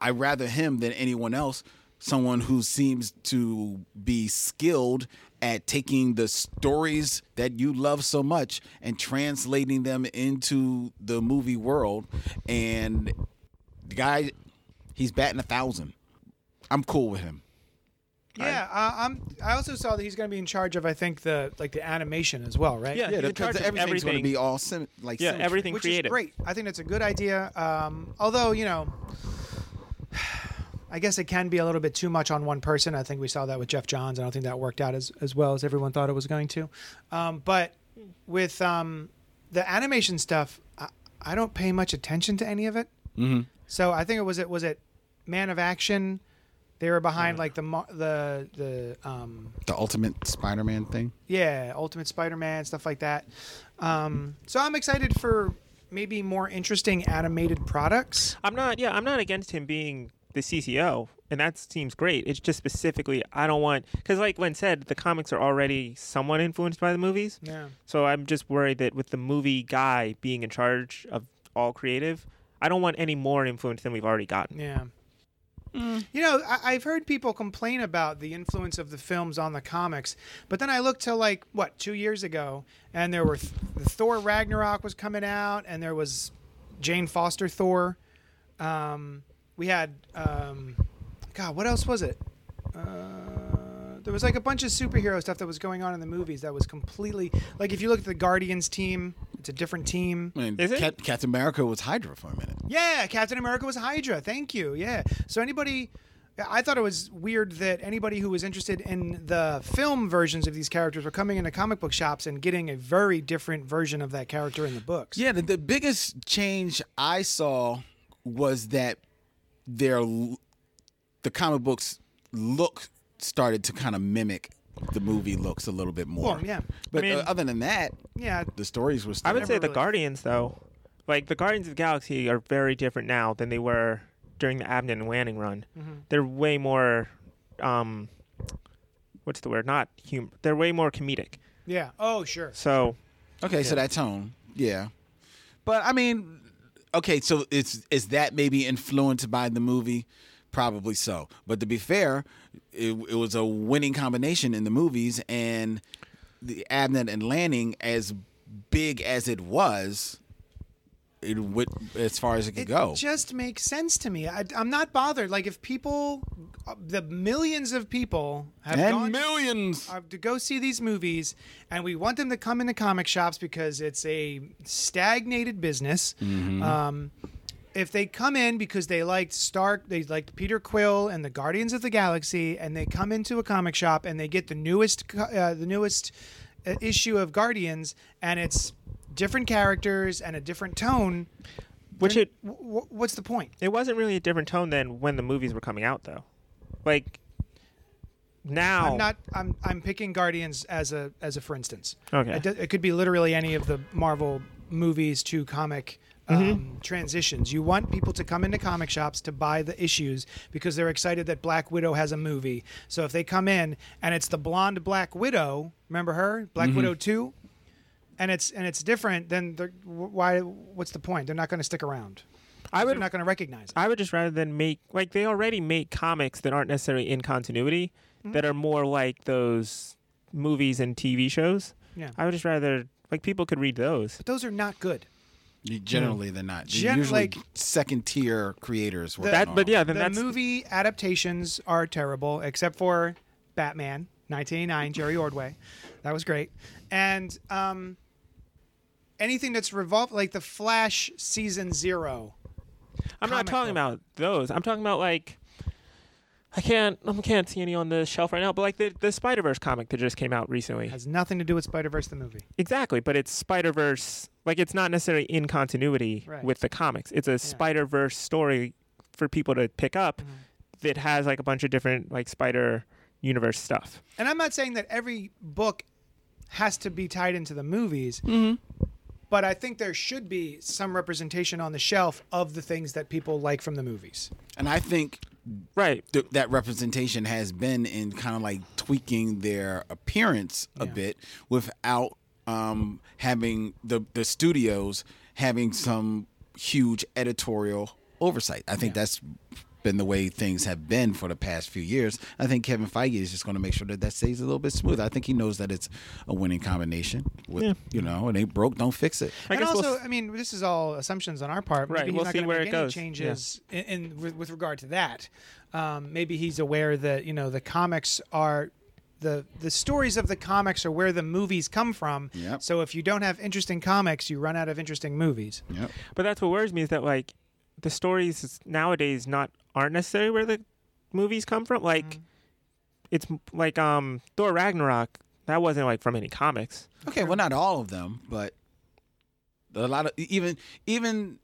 I rather him than anyone else someone who seems to be skilled at taking the stories that you love so much and translating them into the movie world. And the guy, he's batting a thousand. I'm cool with him. Yeah, uh, I'm. I also saw that he's going to be in charge of, I think, the like the animation as well, right? Yeah, He's in charge of everything's going to everything. be all sim- like Yeah, symmetry. everything which creative. is great. I think that's a good idea. Um, although you know, I guess it can be a little bit too much on one person. I think we saw that with Jeff Johns. I don't think that worked out as as well as everyone thought it was going to. Um, but with um, the animation stuff, I, I don't pay much attention to any of it. Mm-hmm. So I think it was it was it Man of Action. They were behind like the mo- the the um, The ultimate Spider-Man thing. yeah, Ultimate Spider-Man stuff like that. Um, so I'm excited for maybe more interesting animated products. I'm not. Yeah, I'm not against him being the CCO, and that seems great. It's just specifically I don't want because, like Len said, the comics are already somewhat influenced by the movies. Yeah. So I'm just worried that with the movie guy being in charge of all creative, I don't want any more influence than we've already gotten. Yeah. You know, I- I've heard people complain about the influence of the films on the comics, but then I looked to like what two years ago, and there were th- Thor Ragnarok was coming out, and there was Jane Foster Thor. Um, we had um, God, what else was it? Uh, there was like a bunch of superhero stuff that was going on in the movies that was completely like if you look at the Guardians team, it's a different team. I mean, Is it? Cap- Captain America was Hydra for a minute. Yeah, Captain America was Hydra. Thank you. Yeah. So anybody I thought it was weird that anybody who was interested in the film versions of these characters were coming into comic book shops and getting a very different version of that character in the books. Yeah, the, the biggest change I saw was that their l- the comic books look started to kind of mimic the movie looks a little bit more. Well, yeah. But I mean- uh, other than that, Yeah. the stories were still I would say the really- Guardians though, like the Guardians of the Galaxy are very different now than they were during the Abnett and Lanning run. Mm-hmm. They're way more, um, what's the word? Not humor. They're way more comedic. Yeah. Oh, sure. So Okay, so that tone, yeah. But I mean, okay, so it's is that maybe influenced by the movie? Probably so. But to be fair, it, it was a winning combination in the movies, and the Abnett and Lanning, as big as it was, it went as far as it could It go. just makes sense to me. I, am not bothered. Like if people, uh, the millions of people have and gone millions. uh, to go see these movies, and we want them to come into comic shops because it's a stagnated business. Um, if they come in because they liked Stark, they liked Peter Quill and the Guardians of the Galaxy, and they come into a comic shop and they get the newest, co- uh, the newest uh, issue of Guardians, and it's different characters and a different tone. Which it W- w- what's the point? it wasn't really a different tone than when the movies were coming out though. Like now I'm Oh. not. I'm. I'm picking Guardians as a as a for instance. Okay. It, do- it could be literally any of the Marvel movies to comic um, Mm-hmm. transitions. You want people to come into comic shops to buy the issues because they're excited that Black Widow has a movie. So if they come in and it's the blonde Black Widow, remember her, Black Mm-hmm. Widow two, and it's and it's different, then they're, wh- why? What's the point? They're not going to stick around. I They're would not going to recognize it. I would just rather than make like they already make comics that aren't necessarily in continuity Mm-hmm. that are more like those movies and TV shows. Yeah. I would just rather like people could read those. But those are not good. Generally, they're not. They're Gen- usually like- second tier creators. working That on but them. yeah, then the that's movie adaptations are terrible, except for Batman 1989, Jerry Ordway. That was great. And um, anything that's revolved, like The Flash season zero. I'm comic not talking about those. I'm talking about like I can't I can't see any on the shelf right now, but like the, the Spider Verse comic that just came out recently. Has nothing to do with Spider Verse, the movie. Exactly, but it's Spider Verse. Like it's not necessarily in continuity Right. with the comics. It's a Spider Verse story for people to pick up that has like a bunch of different like Spider Universe stuff. And I'm not saying that every book has to be tied into the movies, Mm-hmm. but I think there should be some representation on the shelf of the things that people like from the movies. and I think Right. th- that representation has been in kind of like tweaking their appearance a bit without um, having the the studios having some huge editorial oversight. I think that's been the way things have been for the past few years. I think Kevin Feige is just going to make sure that that stays a little bit smooth. I think he knows that it's a winning combination. With you know, it ain't broke, don't fix it. I and guess we'll also, s- I mean, this is all assumptions on our part. Right, Maybe he's we'll not see gonna where make it any goes. Yeah. Changes in, in with, with regard to that. Um, maybe he's aware that you know the comics are. The, the stories of the comics are where the movies come from. Yep. So if you don't have interesting comics, you run out of interesting movies. Yep. But that's what worries me is that like the stories is- nowadays not aren't necessarily where the movies come from. Like it's m- like um Thor Ragnarok that wasn't like from any comics. Okay, well, not all of them, but a lot of e-, even even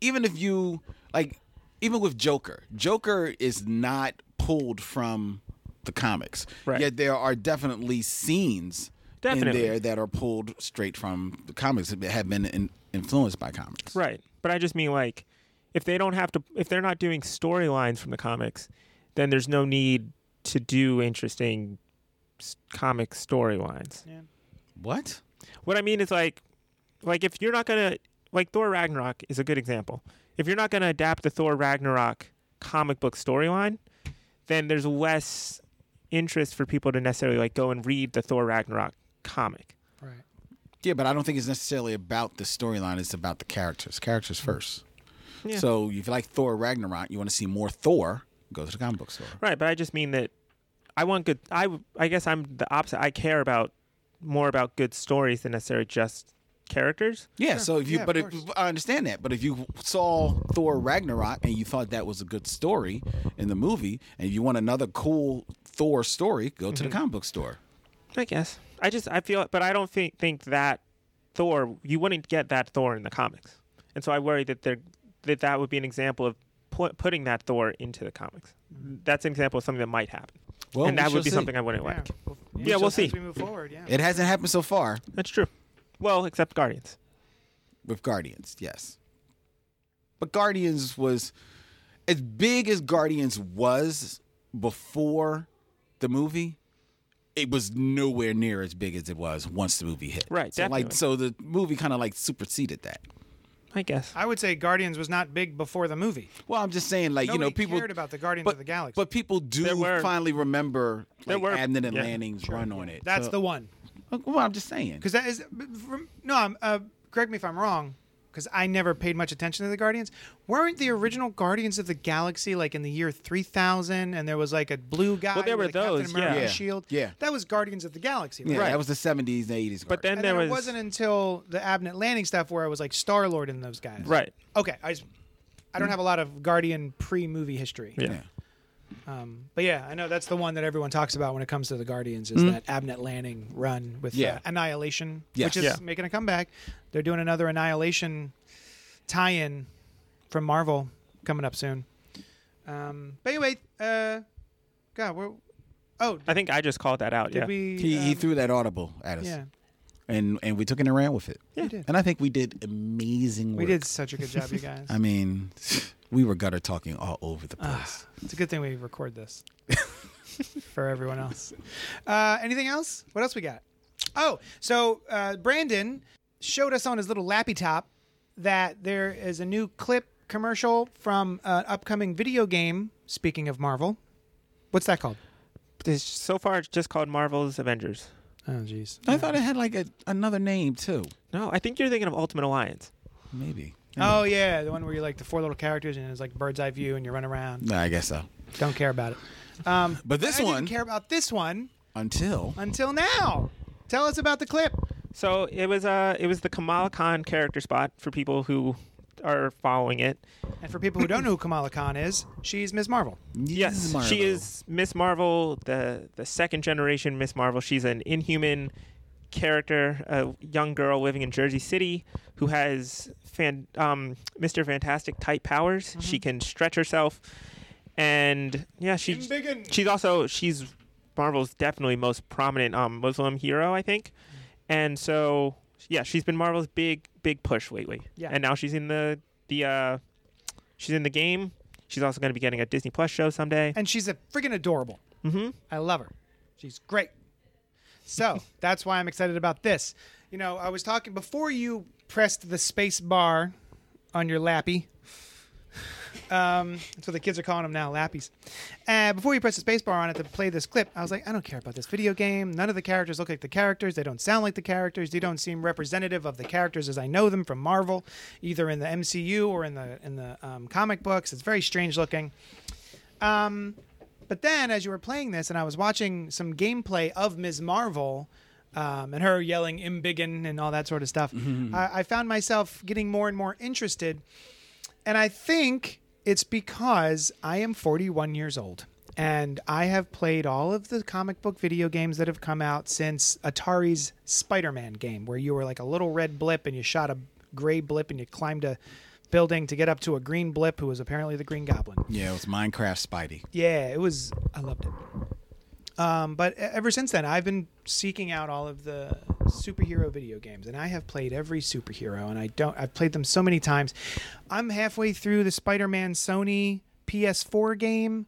even if you like even with Joker, Joker is not pulled from the comics. Right. Yet there are definitely scenes Definitely. in there that are pulled straight from the comics that have been in, influenced by comics. Right. But I just mean like if they don't have to if they're not doing storylines from the comics, then there's no need to do interesting s- comic storylines. What? What I mean is like, like if you're not gonna like Thor Ragnarok is a good example. If you're not gonna adapt the Thor Ragnarok comic book storyline, then there's less interest for people to necessarily like go and read the Thor Ragnarok comic. Right. Yeah, but I don't think it's necessarily about the storyline. It's about the characters. Characters first. Yeah. So if you like Thor Ragnarok, you want to see more Thor, go to the comic book store. Right, but I just mean that I want good. I I guess I'm the opposite. I care about more about good stories than necessarily just characters. Yeah, so if you, Yeah, of but if, course. I understand that. But if you saw Thor Ragnarok and you thought that was a good story in the movie, and you want another cool Thor story, go to the Mm-hmm. comic book store. I guess. I just I feel, but I don't think think that Thor. You wouldn't get that Thor in the comics, and so I worry that there that that would be an example of pu- putting that Thor into the comics. That's an example of something that might happen, Well, and we that shall would be see. something I wouldn't like. Well, Yeah, we'll as see. we move forward, yeah. It hasn't happened so far That's true. Well, except Guardians. with Guardians, yes. But Guardians was as big as Guardians was before the movie. It was nowhere near as big as it was once the movie hit. Right, So like, definitely. so the movie kind of like superseded that. I guess. I would say Guardians was not big before the movie. Well, I'm just saying, like you know, Nobody people cared about the Guardians but, of the Galaxy. But people do There were- finally remember There like, were- Abnett and yeah. Lanning's run on it. That's So- uh, the one. well, I'm just saying. Because that is but from, no. I'm, uh, correct me if I'm wrong. Because I never paid much attention to the Guardians. Weren't the original Guardians of the Galaxy like in the year 3000? And there was like a blue guy. Well, there with were a Captain those, yeah. America Yeah, shield. yeah. that was Guardians of the Galaxy. yeah, Right. that was the 70s and 80s. But then And there then it was wasn't until the Abnett Landing stuff where I was like Star Lord and those guys. right. Mm. Okay. I just, I don't have a lot of Guardian pre-movie history. Yeah. Yeah. But yeah, I know that's the one that everyone talks about when it comes to the Guardians is that Abnett Lanning run with Mm-hmm. Yeah. uh, Annihilation, Yes. which is Yeah. making a comeback. They're doing another Annihilation tie-in from Marvel coming up soon. Um, but anyway, uh, God, we're oh, I think I just called that out. did yeah. we? he, he um, throw that audible at us, yeah, and and we took it and ran with it. We did. And I think we did amazing work. we did such a good job, you [LAUGHS] guys. I mean, we were gutter talking all over the Ah, place. it's a good thing we record [LAUGHS] this for everyone else. Uh, anything else? What else we got? Oh, so uh, Brandon showed us on his little lappy top that there is a new clip commercial from an upcoming video game. Speaking of Marvel, what's that called? It's- so far, it's just called Marvel's Avengers. Oh, jeez. I thought it had like a, another name too. No, I think you're thinking of Ultimate Alliance. Maybe. Oh yeah, the one where you're like the four little characters and it's like bird's eye view and you run around. No, I guess so. Don't care about it. Um, But this I didn't one- care about this one Until until now. Tell us about the clip. So it was uh it was the Kamala Khan character spot for people who are following it. And for people who don't know who Kamala Khan is, she's Ms. Marvel. Yes, Marvel. she is Miss Marvel, the the second generation Miss Marvel. She's an Inhuman character, a young girl living in Jersey City who has fan, um, Mr. Fantastic type powers. She can stretch herself, and yeah, she's Embiggen. she's also she's Marvel's definitely most prominent um, Muslim hero, I think, and so yeah, she's been Marvel's big big push lately. Yeah. and now she's in the the uh, she's in the game. She's also going to be getting a Disney Plus show someday. And she's a freaking adorable. Mhm. I love her. She's great. [LAUGHS] So that's why I'm excited about this. You know, I was talking before you pressed the space bar on your lappy. Um, that's what the kids are calling them now, lappies. Uh, before you press the spacebar on it to play this clip, I was like, I don't care about this video game. None of the characters look like the characters. They don't sound like the characters. They don't seem representative of the characters as I know them from Marvel, either in the MCU or in the in the um, comic books. It's very strange looking. Um, but then, as you were playing this, and I was watching some gameplay of Ms. Marvel um, and her yelling "Imbiggin" and all that sort of stuff, I, I found myself getting more and more interested. And I think it's because I am 41 years old and I have played all of the comic book video games that have come out since Atari's Spider Man game, where you were like a little red blip and you shot a gray blip and you climbed a building to get up to a green blip who was apparently the Green Goblin. Yeah, it was Minecraft Spidey. Yeah, it was. I loved it. Um, but e- ever since then, I've been seeking out all of the superhero video games, and I have played every superhero, and I don't. I've played them so many times. I'm halfway through the Spider-Man Sony PS4 game,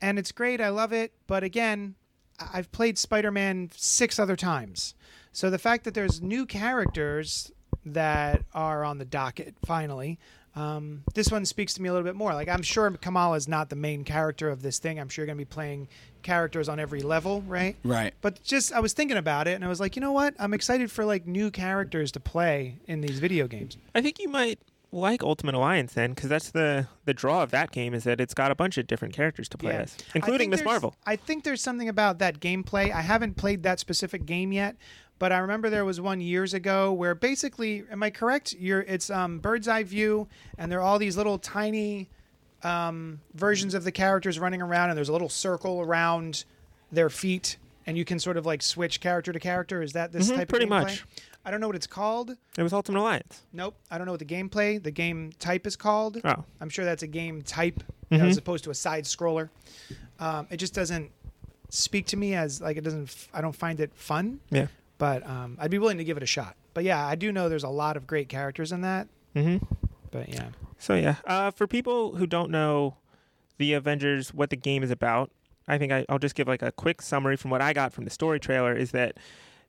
and it's great. I love it. But again, I- I've played Spider-Man six other times, so the fact that there's new characters that are on the docket finally. Um, this one speaks to me a little bit more. Like I'm sure Kamala is not the main character of this thing. I'm sure you're going to be playing characters on every level, right? Right. But just I was thinking about it, and I was like, you know what? I'm excited for like new characters to play in these video games. I think you might like Ultimate Alliance then, because that's the the draw of that game is that it's got a bunch of different characters to play Yeah. as, I including think Miss there's- Marvel. I think there's something about that gameplay. I haven't played that specific game yet, but I remember there was one years ago where basically, am I correct? You're it's um, bird's eye view, and there are all these little tiny um, versions of the characters running around, and there's a little circle around their feet, and you can sort of like switch character to character. Is that this Mhm, type of pretty gameplay? much. I don't know what it's called. It was Ultimate Alliance. Nope. I don't know what the gameplay, the game type is called. Oh. Mm-hmm. I'm sure that's a game type as opposed to a side scroller. Um, it just doesn't speak to me as like it doesn't. F- I don't find it fun, Yeah. but um, I'd be willing to give it a shot. But yeah, I do know there's a lot of great characters in that. hmm But yeah, So yeah, uh, for people who don't know the Avengers, what the game is about, I think I, I'll just give like a quick summary from what I got from the story trailer. Is that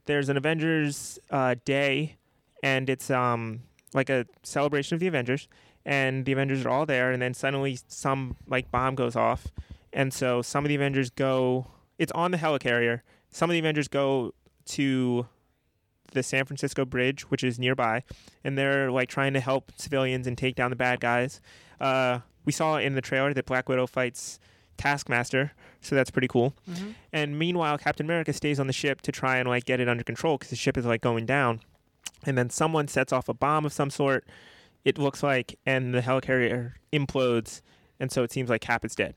there's an Avengers uh, Day, and it's um like a celebration of the Avengers, and the Avengers are all there, and then suddenly some like bomb goes off, and so some of the Avengers go. It's on the helicarrier. Some of the Avengers go to the San Francisco Bridge, which is nearby, and they're like trying to help civilians and take down the bad guys. Uh, we saw in the trailer that Black Widow fights Taskmaster, so that's pretty cool. And meanwhile, Captain America stays on the ship to try and like get it under control because the ship is like going down. And then someone sets off a bomb of some sort. It looks like, and the helicarrier implodes, and so it seems like Cap is dead.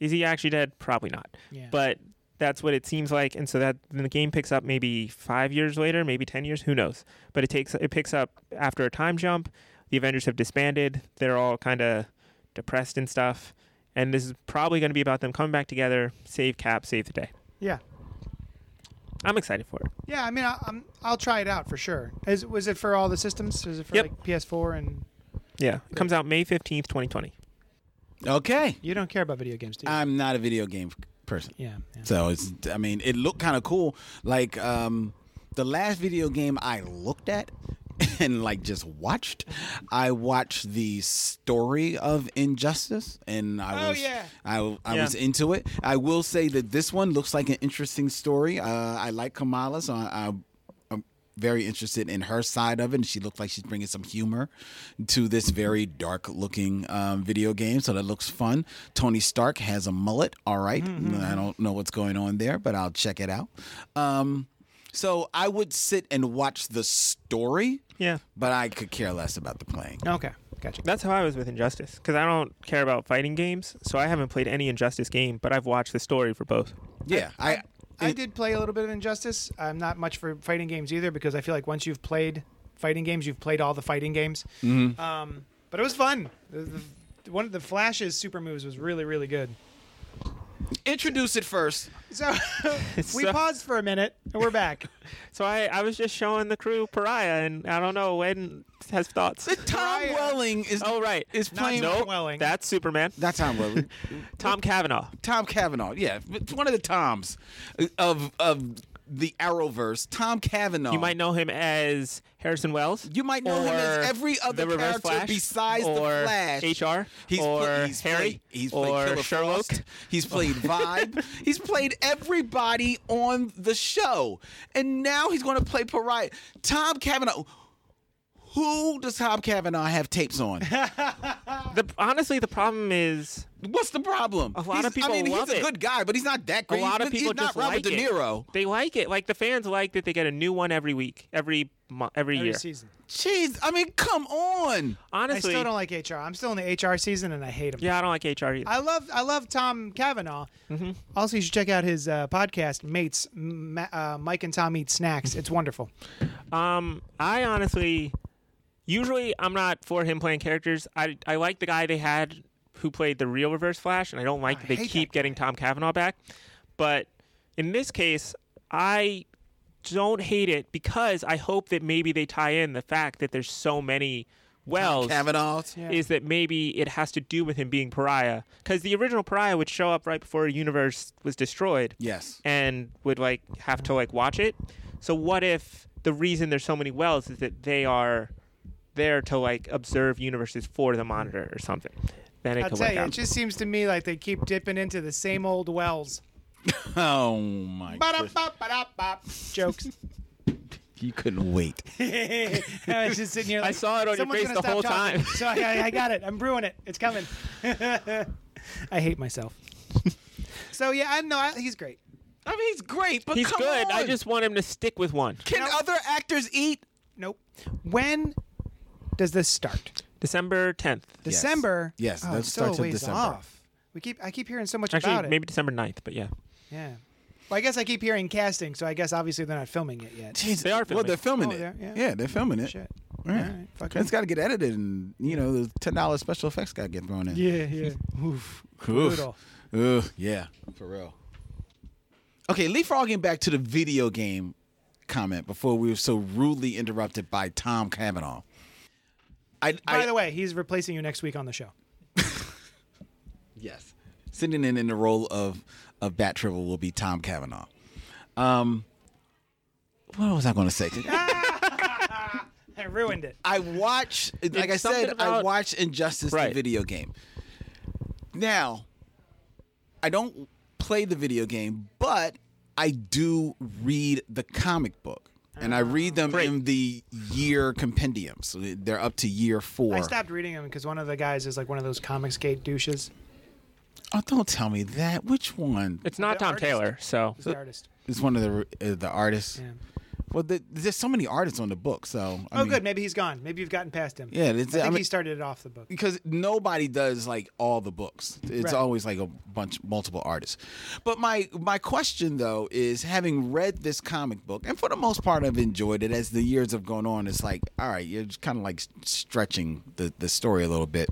Is he actually dead? Probably not yeah. but that's what it seems like and so that then the game picks up maybe five years later maybe ten years who knows but it takes it picks up after a time jump the avengers have disbanded they're all kind of depressed and stuff and this is probably going to be about them coming back together save cap save the day yeah, i'm excited for it yeah. I mean, I, I'm I'll try it out for sure. Is was it for all the systems? Is it for Yep. like PS4 and yeah it comes out may 15th 2020 Okay. you don't care about video games, do you? Uh, I'm not a video game person. yeah, yeah. So it's I mean, it looked kind of cool. Like um the last video game I looked at [LAUGHS] and like just watched, I watched the story of Injustice and I Oh, was yeah. I, I Yeah. was into it. I will say that this one looks like an interesting story. Uh, I like Kamala, so I, I, am very interested in her side of it. And she looked like she's bringing some humor to this very dark looking um, video game, so that looks fun. Tony Stark has a mullet. All right. I don't know what's going on there, but I'll check it out. Um, so I would sit and watch the story, yeah but I could care less about the playing. Okay, gotcha. that's how i was with injustice because i don't care about fighting games so i haven't played any injustice game but i've watched the story for both Yeah, I. I did play a little bit of Injustice. I'm not much for fighting games either because I feel like once you've played fighting games, you've played all the fighting games. Mm-hmm. Um, but it was fun. The, the, one of the Flash's super moves was really, really good. introduce it first. [LAUGHS] So we So- paused for a minute and we're [LAUGHS] back. so I, I was just showing the crew pariah and i don't know when has thoughts Tom Ryan. Welling is [LAUGHS] Oh right, is playing. Tom Nope, Welling. That's Superman. Not Tom [LAUGHS] Welling. Tom Cavanaugh. Tom Cavanaugh. Yeah, it's one of the Toms of of the Arrowverse, Tom Cavanaugh. You might know him as Harrison Wells. Oh. You might know him or as every other the Reverse character Flash, besides the or Flash. HR, He's or pla- he's Harry, played, he's played or Killer Sherlock. Frost. He's [LAUGHS] played Vibe. he's played everybody on the show, and now he's going to play Pariah. Tom Cavanaugh. Who does Tom Cavanaugh have tapes [LAUGHS] on? The, honestly, the problem is What's the problem? A lot of people I mean, love he's a it. good guy, but he's not that a great. lot he's, of people he's not just Robert like De it. Niro. They like it. Like the fans like that they get a new one every week, every mo- every, every year. season. Jeez, I mean, come on. I Honestly, still don't like HR. I'm still in the HR season and I hate him. yeah, I don't like HR either. I love I love Tom Cavanaugh. Mm-hmm. Also, you should check out his uh, podcast, Mates. M- Ma- uh, Mike and Tom eat snacks. It's wonderful. Um, I honestly, usually I'm not for him playing characters. I I like the guy they had who played the real Reverse Flash, and I don't like that hate they that keep getting Tom Cavanaugh back. But in this case, I don't hate it because I hope that maybe they tie in the fact that there's so many Wells. Cavanaugh's. Is that maybe it has to do with him being pariah? Because the original pariah would show up right before a universe was destroyed [LAUGHS] Yes. and would like have to like watch it. So what if the reason there's so many wells is that they are there to like observe universes for the monitor or something? Then it I'll could tell work you, it out. just seems to me like they keep dipping into the same old wells. Oh my goodness. Ba-da-ba-ba-da-bop. Jokes. You couldn't wait. [LAUGHS] I was just sitting here. Like, saw it on your "Someone's face gonna the stop whole talking." time. so I, I- I got it. I'm brewing it. It's coming. [LAUGHS] I hate myself. so yeah, I know I- he's great. I mean, he's great, but He's come good. I on. just want him to stick with one. can other actors eat? Nope. When does this start? December 10th. December. Yes, oh, that it's still a starts in ways December. Off. We keep. I keep hearing so much about Actually, it. maybe December 9th, but yeah. Yeah. Well, I guess I keep hearing casting, so I guess obviously they're not filming it [LAUGHS] yet. Jeez, They Well, are filming they're it. filming Oh, it. they're- yeah. they're filming it. Shit. Yeah. All right, fuck it's got to get edited, and you know the ten dollars special effects got to get thrown in. Yeah, yeah. Oof. Brutal. Ugh, yeah, for real. Okay, leapfrogging back to the video game comment before we were so rudely interrupted by Tom Cavanaugh. I, By I the way, he's replacing you next week on the show. yes, sitting in in the role of of Bat Tribble will be Tom Cavanaugh. Um, what was I going to say? I ruined it. I [LAUGHS] watch, like I said, something I about- watch Injustice the Right. video game. Now, I don't play the video game, but I do read the comic book, and I read them in the year compendium. So they're up to year four. I stopped reading him because one of the guys is like one of those comics gate douches. Oh, don't tell me that. Which one? It's not The Tom artist. Taylor, so He's an artist. It's one of the uh, the artists. Yeah. Well, the, there's so many artists on the book, so I oh, mean, good. Maybe he's gone. Maybe you've gotten past him. Yeah, I it's- think I mean- he started it off the book. because nobody does like all the books. It's Right. always like a bunch multiple artists. But my my question though is having read this comic book and for the most part I've enjoyed it as the years have gone on it's like all right, you're just kind of like stretching the the story a little bit.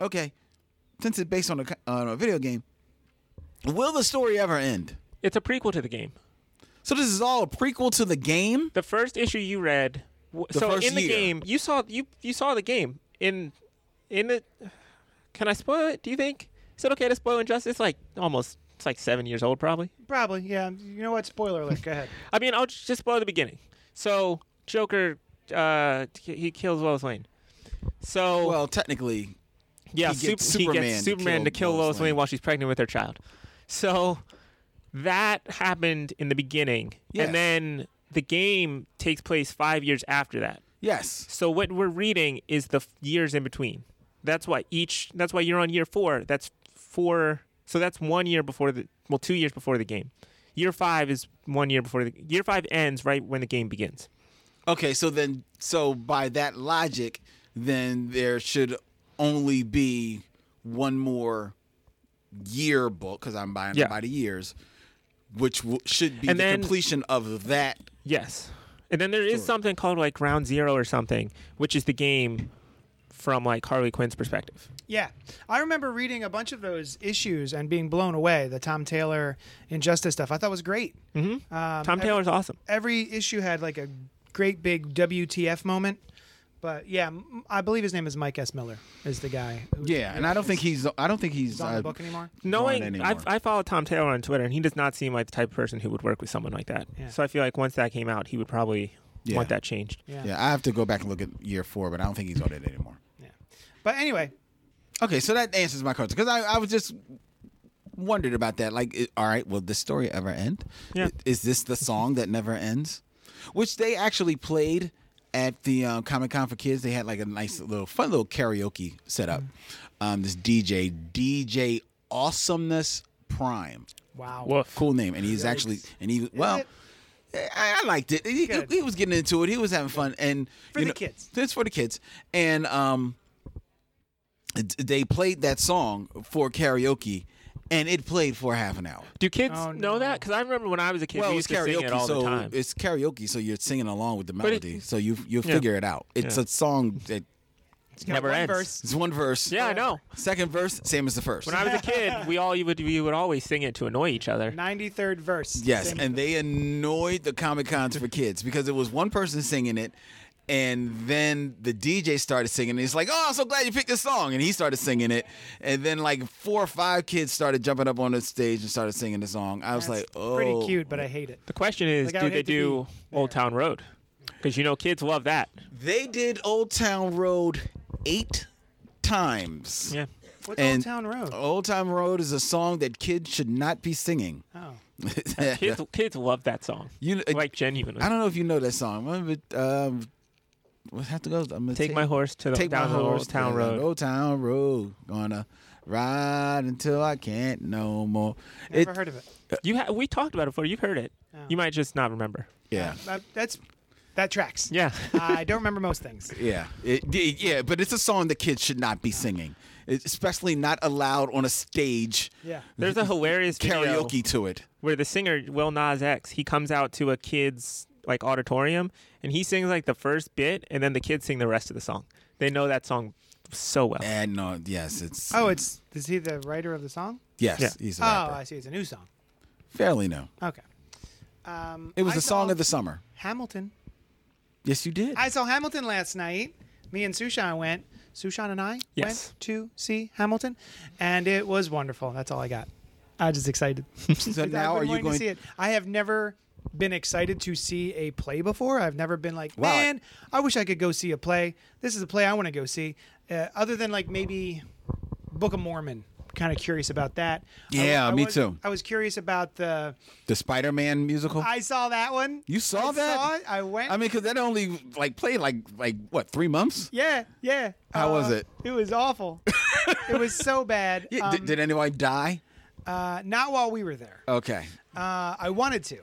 Okay. Since it's based on a co- on a video game, will the story ever end? it's a prequel to the game. So this is all a prequel to the game? The first issue you read, w- so first in the year. game, you saw you you saw the game in in the. Can I spoil it? Do you think is it okay to spoil Injustice? It's like almost it's like seven years old probably. Probably, yeah. You know what? Spoiler alert. Go [LAUGHS] ahead. I mean, I'll j- just spoil the beginning. So Joker, uh, he he kills Lois Lane. So Well, technically, yeah, he gets Sup- he Superman gets to Superman kill to kill Lois Lois Lane Lane. while she's pregnant with her child. So that happened in the beginning, Yes. and then the game takes place five years after that. yes. So what we're reading is the f- years in between. That's why each. That's why you're on year four. That's four. So that's one year before the. Well, two years before the game. Year five is one year before the. Year five ends right when the game begins. Okay, so then, so by that logic, then there should only be one more year book because I'm buying Yeah. by the years, which w- should be And the then- completion of that. Yes. And then there is something called like Ground Zero or something, which is the game from like Harley Quinn's perspective. Yeah. I remember reading a bunch of those issues and being blown away. The Tom Taylor Injustice stuff I thought was great. Mm-hmm. Um, Tom Taylor's awesome. Every issue had like a great big WTF moment. But yeah, m- I believe his name is Mike S. Miller is the guy. Who, Yeah, and I don't think he's. I don't think he's. he's on uh, the book anymore. Knowing anymore. I've, I follow Tom Taylor on Twitter, and he does not seem like the type of person who would work with someone like that. Yeah. So I feel like once that came out, he would probably Yeah. want that changed. Yeah. yeah, I have to go back and look at year four, but I don't think he's on it anymore. yeah. But anyway, Okay, so that answers my question because I, I was just wondered about that. Like, i- all right, will this story ever end? Yeah. I- Is this the song that never ends? Which they actually played at the um, Comic Con for Kids. They had like a nice little, fun little karaoke setup. Um, this DJ, DJ Awesomeness Prime, wow. cool name, and he's actually and he well. it? I, I liked it. He, he, Good. he was getting into it. He was having fun, and For you the know, kids. It's for the kids, and um, d- they played that song for karaoke, and it played for half an hour. Do kids Oh, know that? Because I remember when I was a kid, we it's used to sing it all so the time. it's karaoke, so you're singing along with the But it- melody, so you you Yeah. figure it out. It's Yeah. a song that It's got never one ends. verse. it's one verse. yeah, I know. Second verse, same as the first. When [LAUGHS] I was a kid, we all you would we would always sing it to annoy each other. 93rd verse. Yes, Same- and they annoyed the Comic Cons for kids because it was one person singing it, and then the DJ started singing. it. It's like, oh, I'm so glad you picked this song, and he started singing it, and then like four or five kids started jumping up on the stage and started singing the song. I was That's like, oh, pretty cute, but I hate it. The question is, Like, I do would they hate to do Old Town Road? Because you know kids love that. They did Old Town Road eight times. Yeah. What's And- Old Town Road? Oh, Old Time Road is a song that kids should not be singing. [LAUGHS] Oh, Kids kids love that song. [LAUGHS] You- uh, like genuinely. I don't know if you know that song. I'm gonna, um, we'll have to go. I'm gonna Take my horse to the Take down my the horse Old Town to the Road. Old Town Road. Gonna ride until I can't no more. never It- heard of it. You ha- we talked about it before. You've heard it. You might just not remember. Yeah. That, that's that tracks. Yeah. I don't remember most things. Yeah. It, d- yeah, but it's a song the kids should not be singing, It's especially not allowed on a stage. Yeah. There's a [LAUGHS] hilarious video Karaoke to it. where the singer Will Nas X he comes out to a kid's like auditorium and he sings like the first bit and then the kids sing the rest of the song. They know that song so well. And no, yes, it's Oh, it's is he the writer of the song? yes, Yeah. he's a Oh, rapper. I see. It's a new song. Fairly new. Okay. Um, It was I the song saw of the summer. Hamilton. Yes, you did. I saw Hamilton last night. Me and Sushan went. Sushan and I Yes. went to see Hamilton, and it was wonderful. That's all I got. I was just excited. so I've now been are you wanting going to see it? I have never been excited to see a play before. I've never been like, Wow. man, I wish I could go see a play. This is a play I want to go see. Uh, other than like maybe Book of Mormon, kind of curious about that. I wa- Yeah, I me was- too. I was curious about the. the Spider-Man musical? I saw that one. you saw I that? Saw it. I went. I mean, because that only like played like like what three months? Yeah, yeah. Uh, How was it? It was [LAUGHS] awful. it was so bad. Um, Yeah, did, did anyone die? uh, not while we were there. Okay, [LAUGHS] Uh, I wanted to.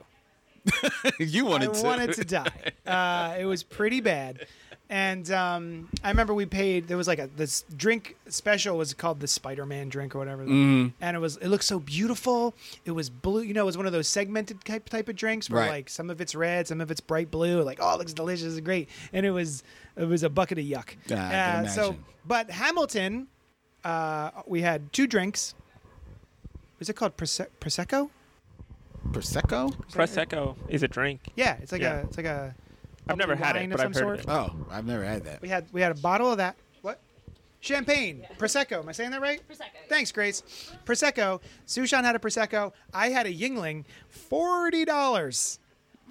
you I wanted to. [LAUGHS] wanted to [LAUGHS] die. Uh, it was pretty bad. And um, I remember we paid. There was like a this drink special was called the Spider Man drink or whatever, Mm-hmm. and it was it looked so beautiful. It was blue. You know, it was one of those segmented type type of drinks where Right. like some of it's red, some of it's bright blue. Like oh, it looks delicious, it's great. And it was it was a bucket of yuck. Uh, Yeah, I can so, imagine. but Hamilton, uh, we had two drinks. Is it called Prose- prosecco? Prosecco? Prosecco is a drink. Yeah, it's like a Yeah. it's like a. I've never had wine it, of but I've some heard sort? of it. Oh, I've never had that. We had we had a bottle of that. What? Champagne, prosecco. Am I saying that right? Prosecco, yeah. Thanks, Grace. Prosecco. Sushan had a prosecco. I had a Yingling. Forty dollars.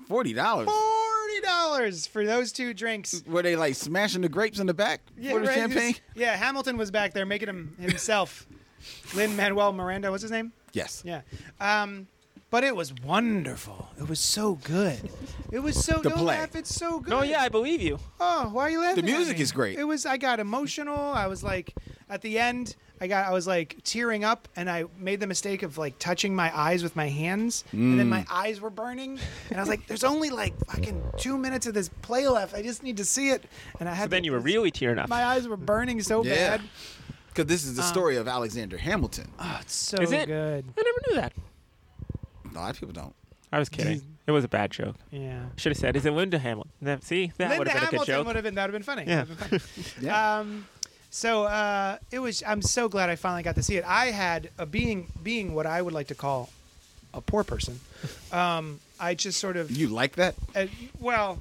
Forty dollars. Forty dollars for those two drinks. Were they like smashing the grapes in the back for the right, champagne? just- yeah, Hamilton was back there making him [LAUGHS] himself. Lin Manuel Miranda, what's his name? Yes. Yeah. Um, but it was wonderful. It was so good. It was so The no play. laugh. It's so good. No, yeah, I believe you. Oh, why are you laughing? The at music me? is great. It was I got emotional. I was like at the end, I got I was like tearing up and I made the mistake of like touching my eyes with my hands and then Mm. my eyes were burning and I was like there's only like fucking 2 minutes of this play left. I just need to see it. And I had But then to- you were really tearing up. my eyes were burning so Yeah. bad. Uh, Because this is the story of Alexander Hamilton. Oh, it's so Is it? good. I never knew that. A lot of people don't. I was kidding. It was a bad joke. Yeah. Should have said, "Is it Linda Hamilton?" That- See, that would Linda have been a good Hamilton joke. would have been that would have been funny. Yeah. That would've been funny. Yeah. Um, so uh, it was. I'm so glad I finally got to see it. I had a being being what I would like to call a poor person. Um, I just sort of you like that? uh, well,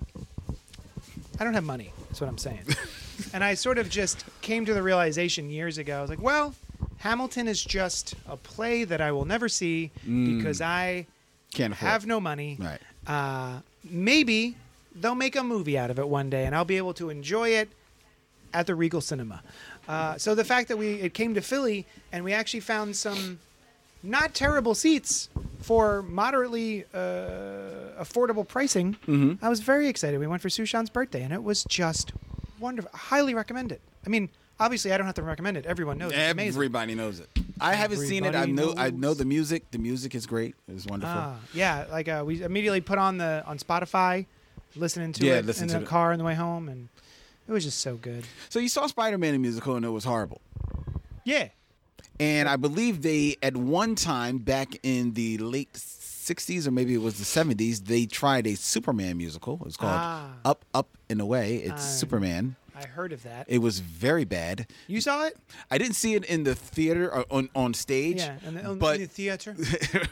I don't have money. That's what I'm saying. [LAUGHS] and I sort of just came to the realization years ago. I was like, well, Hamilton is just a play that I will never see because I Can't afford have it. no money. Mm. Right. Uh, maybe they'll make a movie out of it one day, and I'll be able to enjoy it at the Regal Cinema. Uh, so the fact that we it came to Philly and we actually found some not terrible seats for moderately uh, affordable pricing, I was very excited. We went for Sushan's birthday, and it was just wonderful. I highly recommend it. I mean, obviously, I don't have to recommend it. Everyone knows it's amazing. Everybody knows it. I haven't seen it. I Everybody know. I know knows. the music. The music is great. It's wonderful. Ah, yeah, like uh, we immediately put on the on Spotify, listening to Yeah, it listen in to the it. car on the way home, and it was just so good. So you saw Spider-Man the musical, and it was horrible. Yeah, And I believe they, at one time back in the late 60s or maybe it was the 70s, they tried a Superman musical. It was called Ah. Up, Up, and Away. It's Superman. I heard of that. It was very bad. you saw it? I didn't see it in the theater or on, on stage. Yeah, in the, in but the [LAUGHS] theater.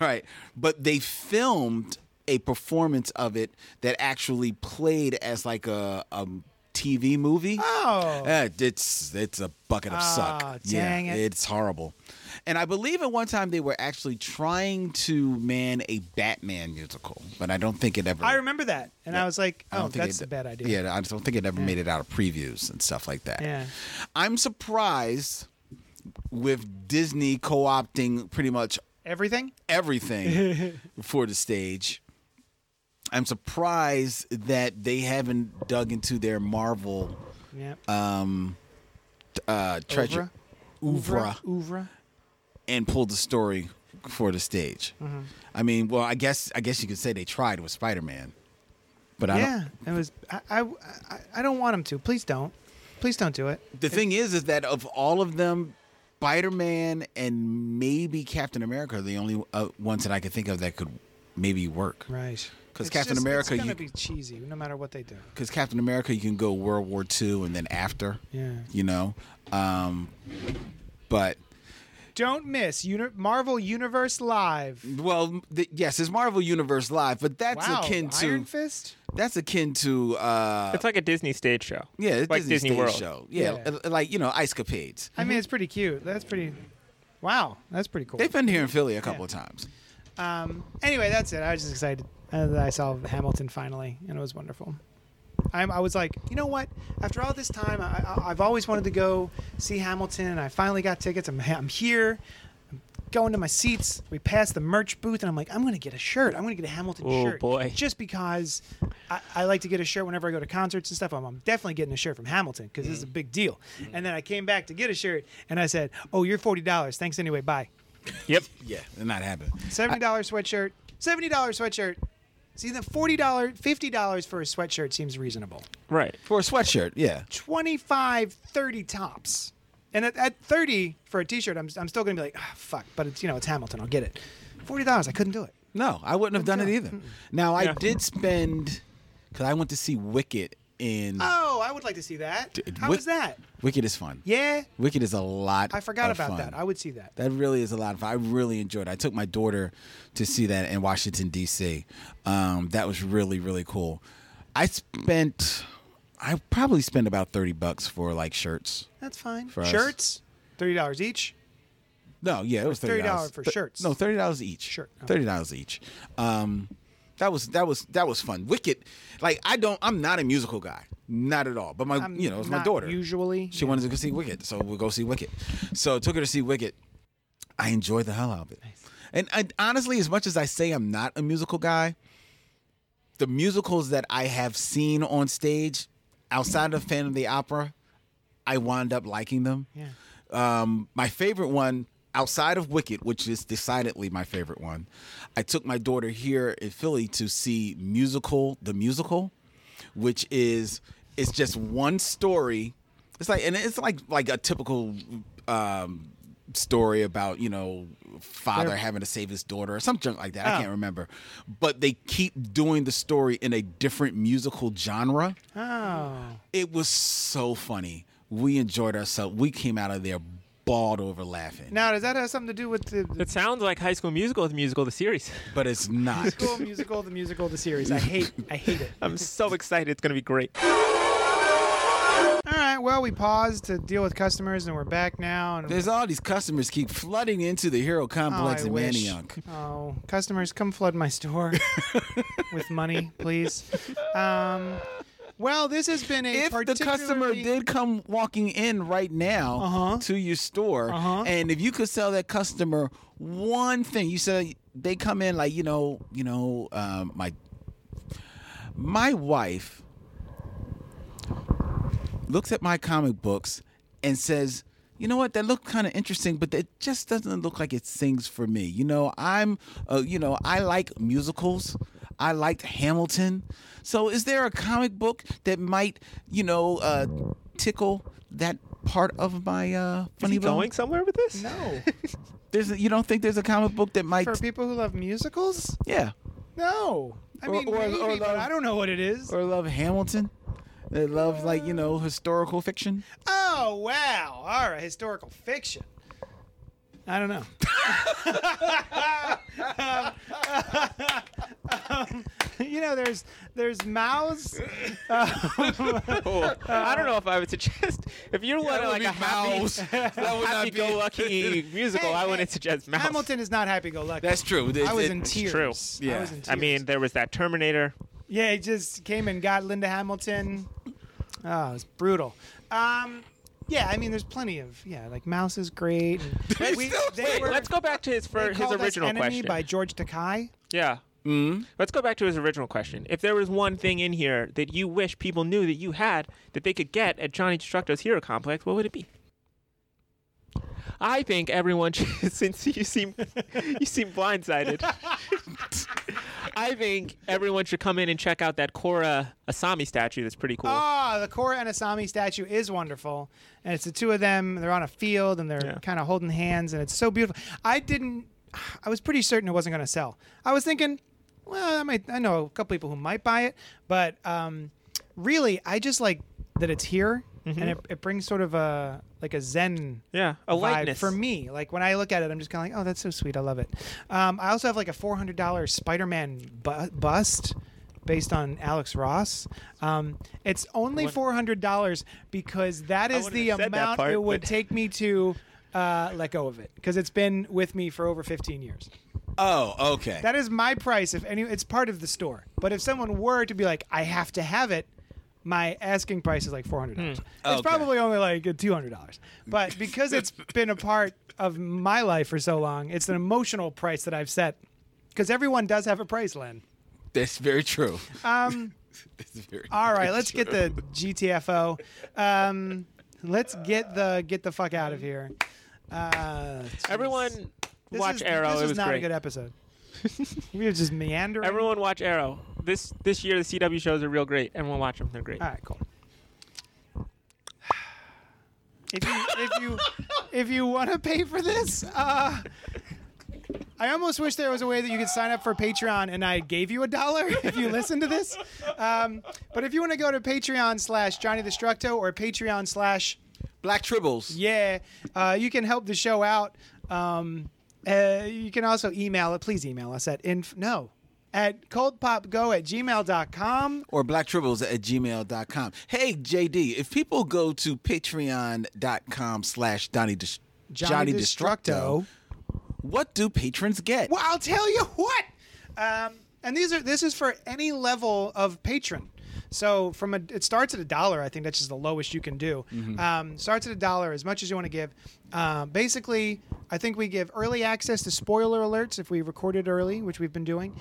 right. But they filmed a performance of it that actually played as like a, a TV movie. Oh. Uh, it's it's a bucket of Ah, suck. dang yeah, it. it's horrible. And I believe at one time they were actually trying to man a Batman musical, but I don't think it ever. I remember that, and I was like, I don't "Oh, think that's it- a bad idea." Yeah, I just don't think it ever made it out of previews and stuff like that. Yeah. I'm surprised with Disney co-opting pretty much Everything. [LAUGHS] everything for the stage. I'm surprised that they haven't dug into their Marvel Yeah. uh, treasure oeuvre Ouvra. and pulled the story for the stage. Mm-hmm. I mean, well, I guess I guess you could say they tried with Spider-Man, but I Yeah, don't. it was. I, I, I, I don't want him to. Please don't. Please don't do it. The thing is, is that of all of them, Spider-Man and maybe Captain America are the only uh, ones that I could think of that could maybe work. Right. 'Cause It's Captain just- America, It's gonna you- be cheesy, no matter what they do. Because Captain America, you can go World War II and then after. Yeah. You know, um, but Don't miss Uni- Marvel Universe Live. well, the, yes, it's Marvel Universe Live, but that's wow, akin to Iron Fist. that's akin to uh, It's like a Disney stage show. Yeah, it's like Disney, Disney stage World. show. Yeah, Yeah. uh, like you know, Ice Capades. I mean, it's pretty cute. That's pretty. Wow, that's pretty cool. They've been here in Philly a couple of times. Um, anyway, that's it. I was just excited uh, that I saw Hamilton finally, and it was wonderful. I'm, I was like, you know what? After all this time, I, I, I've always wanted to go see Hamilton, and I finally got tickets. I'm, I'm here. I'm going to my seats. We passed the merch booth, and I'm like, I'm going to get a shirt. I'm going to get a Hamilton Oh, shirt. boy. Just because I, I like to get a shirt whenever I go to concerts and stuff. I'm, I'm definitely getting a shirt from Hamilton because this is a Mm. big deal. And then I came back to get a shirt, and I said, oh, you're $40. Thanks anyway. Bye. Yep. Yeah, they're not happening. Seventy dollar sweatshirt. Seventy dollar sweatshirt. See, the forty dollar, fifty dollars for a sweatshirt seems reasonable. Right. For a sweatshirt, yeah. 25, 30 tops, and at, at thirty for a t-shirt, I'm, I'm still gonna be like, ah, fuck. But it's you know it's Hamilton. I'll get it. Forty dollars. I couldn't do it. No, I wouldn't have done it either. Now I Yeah. did spend because I went to see Wicked in. Oh, I would like to see that. How Wick- was that? Wicked is fun. Yeah, Wicked is a lot. I forgot of about fun. that. I would see that. That really is a lot of fun. I really enjoyed it. I took my daughter to see that in Washington, D.C. Um, that was really, really cool. I spent, I probably spent about 30 bucks for like shirts. That's fine. us. Shirts, thirty dollars each. No, yeah, it was $30. $30 for Th- shirts. No, $30 each. Shirt, okay. $30 each. Um, that was that was that was fun. Wicked, like I don't. I'm not a musical guy, not at all. But my, I'm you know, it's my not daughter. Usually, She wanted to go see Wicked, so we'll go see Wicked. So took her to see Wicked. I enjoyed the hell out of it. And I, honestly, as much as I say I'm not a musical guy, the musicals that I have seen on stage, outside of Phantom of the Opera, I wound up liking them. Yeah. Um, my favorite one, outside of Wicked, which is decidedly my favorite one, I took my daughter here in Philly to see Musical, the musical, which is it's just one story. It's like and it's like like a typical um, story about you know father having to save his daughter or some junk like that. I can't remember, but they keep doing the story in a different musical genre. Oh, It was so funny. We enjoyed ourselves. We came out of there bawled over laughing. now does that have something to do with the, the [LAUGHS] It sounds like High School Musical, the musical, the series. [LAUGHS] but [LAUGHS] it's not. school musical, the musical, the series? I hate, I hate it. I'm so excited. It's going to be great. well, we paused to deal with customers, and we're back now. And There's all these customers keep flooding into the hero complex I in wish. Manioc. Oh, customers, come flood my [LAUGHS] store with money, please. Um, well, this has been a If the customer particularly- did come walking in right now Uh-huh. to your store, Uh-huh. and if you could sell that customer one thing, you said they come in like you know, you know, um, my my wife looks at my comic books and says, "You know what? That looked kind of interesting, but it just doesn't look like it sings for me. You know, I'm, uh, you know, I like musicals. I liked Hamilton. So, is there a comic book that might, you know, uh, tickle that part of my uh, Is funny he bone? going somewhere with [LAUGHS] this? no There's, a- you don't think there's a comic book that might, for people who love musicals. yeah, No, I Or- mean or- or maybe, but love- I don't know what it is. or love Hamilton, that love like you know historical fiction." oh wow! All right, historical fiction. I don't [LAUGHS] know. [LAUGHS] Um, [LAUGHS] you know, there's there's mouths. Uh, I don't know if I would suggest [LAUGHS] if you're That wanting would like be a happy, [LAUGHS] Mouse. That would not be- happy-go-lucky [LAUGHS] musical, Hey, I hey, wouldn't suggest Mouse. Hamilton is not happy-go-lucky. That's true. I was in It- tears. true. I Yeah. was in tears. I mean, there was that Terminator. Yeah, he just came and got Linda Hamilton. Oh, it was brutal. Um, yeah, I mean, there's plenty of yeah, like Mouse is great. [LAUGHS] And we, still- they Wait, were- let's go back to his they for his called us original Enemy question. by George Takai. yeah. Mhm. Let's go back to his original question. If there was one thing in here that you wish people knew that you had that they could get at Johnny Destructo's Hero Complex, what would it be? I think everyone, should- [LAUGHS] since you seem you seem [LAUGHS] blindsided, I think everyone should come in and check out that Korra Asami statue. That's pretty cool. Ah, the Korra and Asami statue is wonderful, and it's the two of them. They're on a field and they're Yeah. kind of holding hands, and it's so beautiful. I didn't. I was pretty certain it wasn't going to sell. I was thinking, well, I might. I know a couple people who might buy it, but um, really, I just like that it's here, Mm-hmm. and it, it brings sort of a like a Zen yeah, a vibe likeness for me. Like when I look at it, I'm just kind of like, oh, that's so sweet. I love it. Um, I also have like a $400 Spider Man bu- bust based on Alex Ross. Um, it's only $400 because that is wouldn't the have said that amount part, it would but- take me to uh, let go of it because it's been with me for over 15 years. Oh, okay. That is my price. If any, it's part of the store. But if someone were to be like, I have to have it, my asking price is like four hundred dollars. It's Okay. probably only like two hundred dollars. But because it's been a part of my life for so long, it's an emotional price that I've set. Because everyone does have a price, Len. That's very true. Um, [LAUGHS] That's very all right, let's get the GTFO. Um, let's get the get the fuck out of here. Uh, geez. Everyone, This watch is- Arrow. This it is was not great. a good episode. we were just [LAUGHS] meandering. Everyone watch Arrow. This this year the CW shows are real great. Everyone watch them. They're great. All right, cool. If you if you if you want to pay for this, uh, I almost wish there was a way that you could sign up for Patreon and I gave you a dollar [LAUGHS] if you listen to this. Um, but if you want to go to Patreon slash Johnny Destructo or Patreon slash Black Tribbles. yeah, uh, you can help the show out. Um, uh, you can also email it. Please email us at inf no at coldpopgo at gmail.com. Or blacktribbles at gmail.com. Hey, JD, if people go to patreon.com slash Donnie Dis- Johnny, Destructo. what do patrons get? Well, I'll tell you what. Um, and these are this is for any level of patron. So from a it starts at a dollar. I think that's just the lowest you can do. Um, starts at a dollar as much as you want to give. Um, basically, I think we give early access to spoiler alerts if we recorded early, which we've been doing.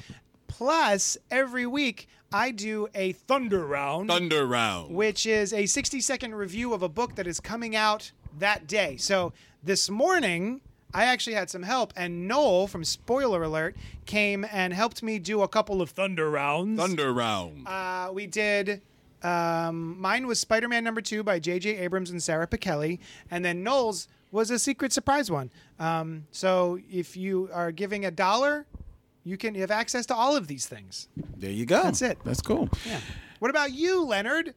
Plus, every week I do a thunder round Thunder Round. which is a 60 second review of a book that is coming out that day. So this morning, I actually had some help, and Noel from Spoiler Alert came and helped me do a couple of Thunder rounds. Thunder Round. Uh, we did. Um, mine was Spider Man number two by J.J. Abrams and Sarah Pichelli, and then Noel's was a secret surprise one. Um, so if you are giving a dollar, you can have access to all of these things. there you go. That's it. That's cool. What about you, Leonard?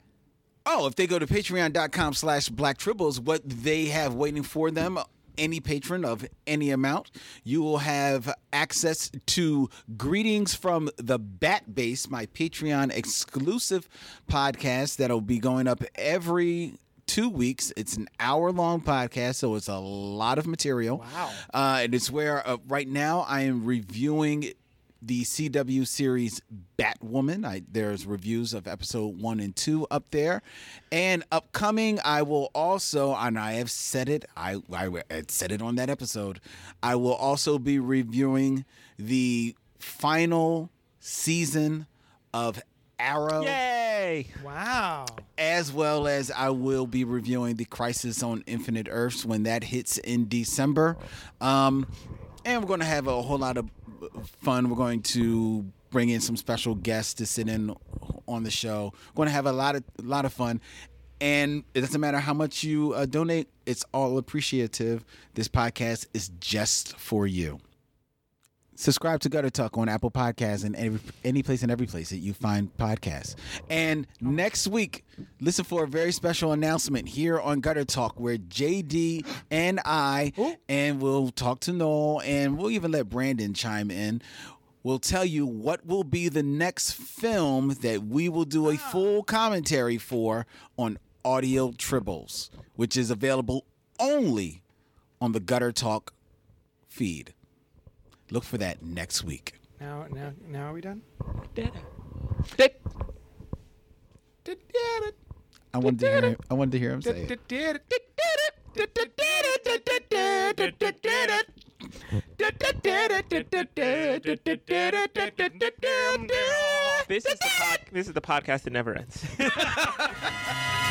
Oh, if they go to patreon.com slash black tribbles, what they have waiting for them, any patron of any amount, you will have access to Greetings from the Bat Base, my Patreon exclusive podcast that'll be going up every two weeks. It's an hour long podcast, so it's a lot of material. Wow. Uh, and it's where uh, right now I am reviewing the CW series Batwoman. I, there's reviews of episode one and two up there, and upcoming I will also, and I have said it, I I had said it on that episode. I will also be reviewing the final season of Arrow Yay! Wow. as well as I will be reviewing the Crisis on Infinite Earths when that hits in December. Um, and we're going to have a whole lot of fun. We're going to bring in some special guests to sit in on the show. We're going to have a lot of lot of fun. And it doesn't matter how much you uh, donate; it's all appreciative. This podcast is just for you. Subscribe to Gutter Talk on Apple Podcasts and every, any place and every place that you find podcasts. And next week, listen for a very special announcement here on Gutter Talk where JD and I, and we'll talk to Noel, and we'll even let Brandon chime in. We'll tell you what will be the next film that we will do a full commentary for on Audio Tribbles, which is available only on the Gutter Talk feed. Look for that next week. Now, now, now are we done? Did it. I wanted to hear. I wanted to hear him say Did it. it. Did it. This is the pod- this is the podcast that never ends.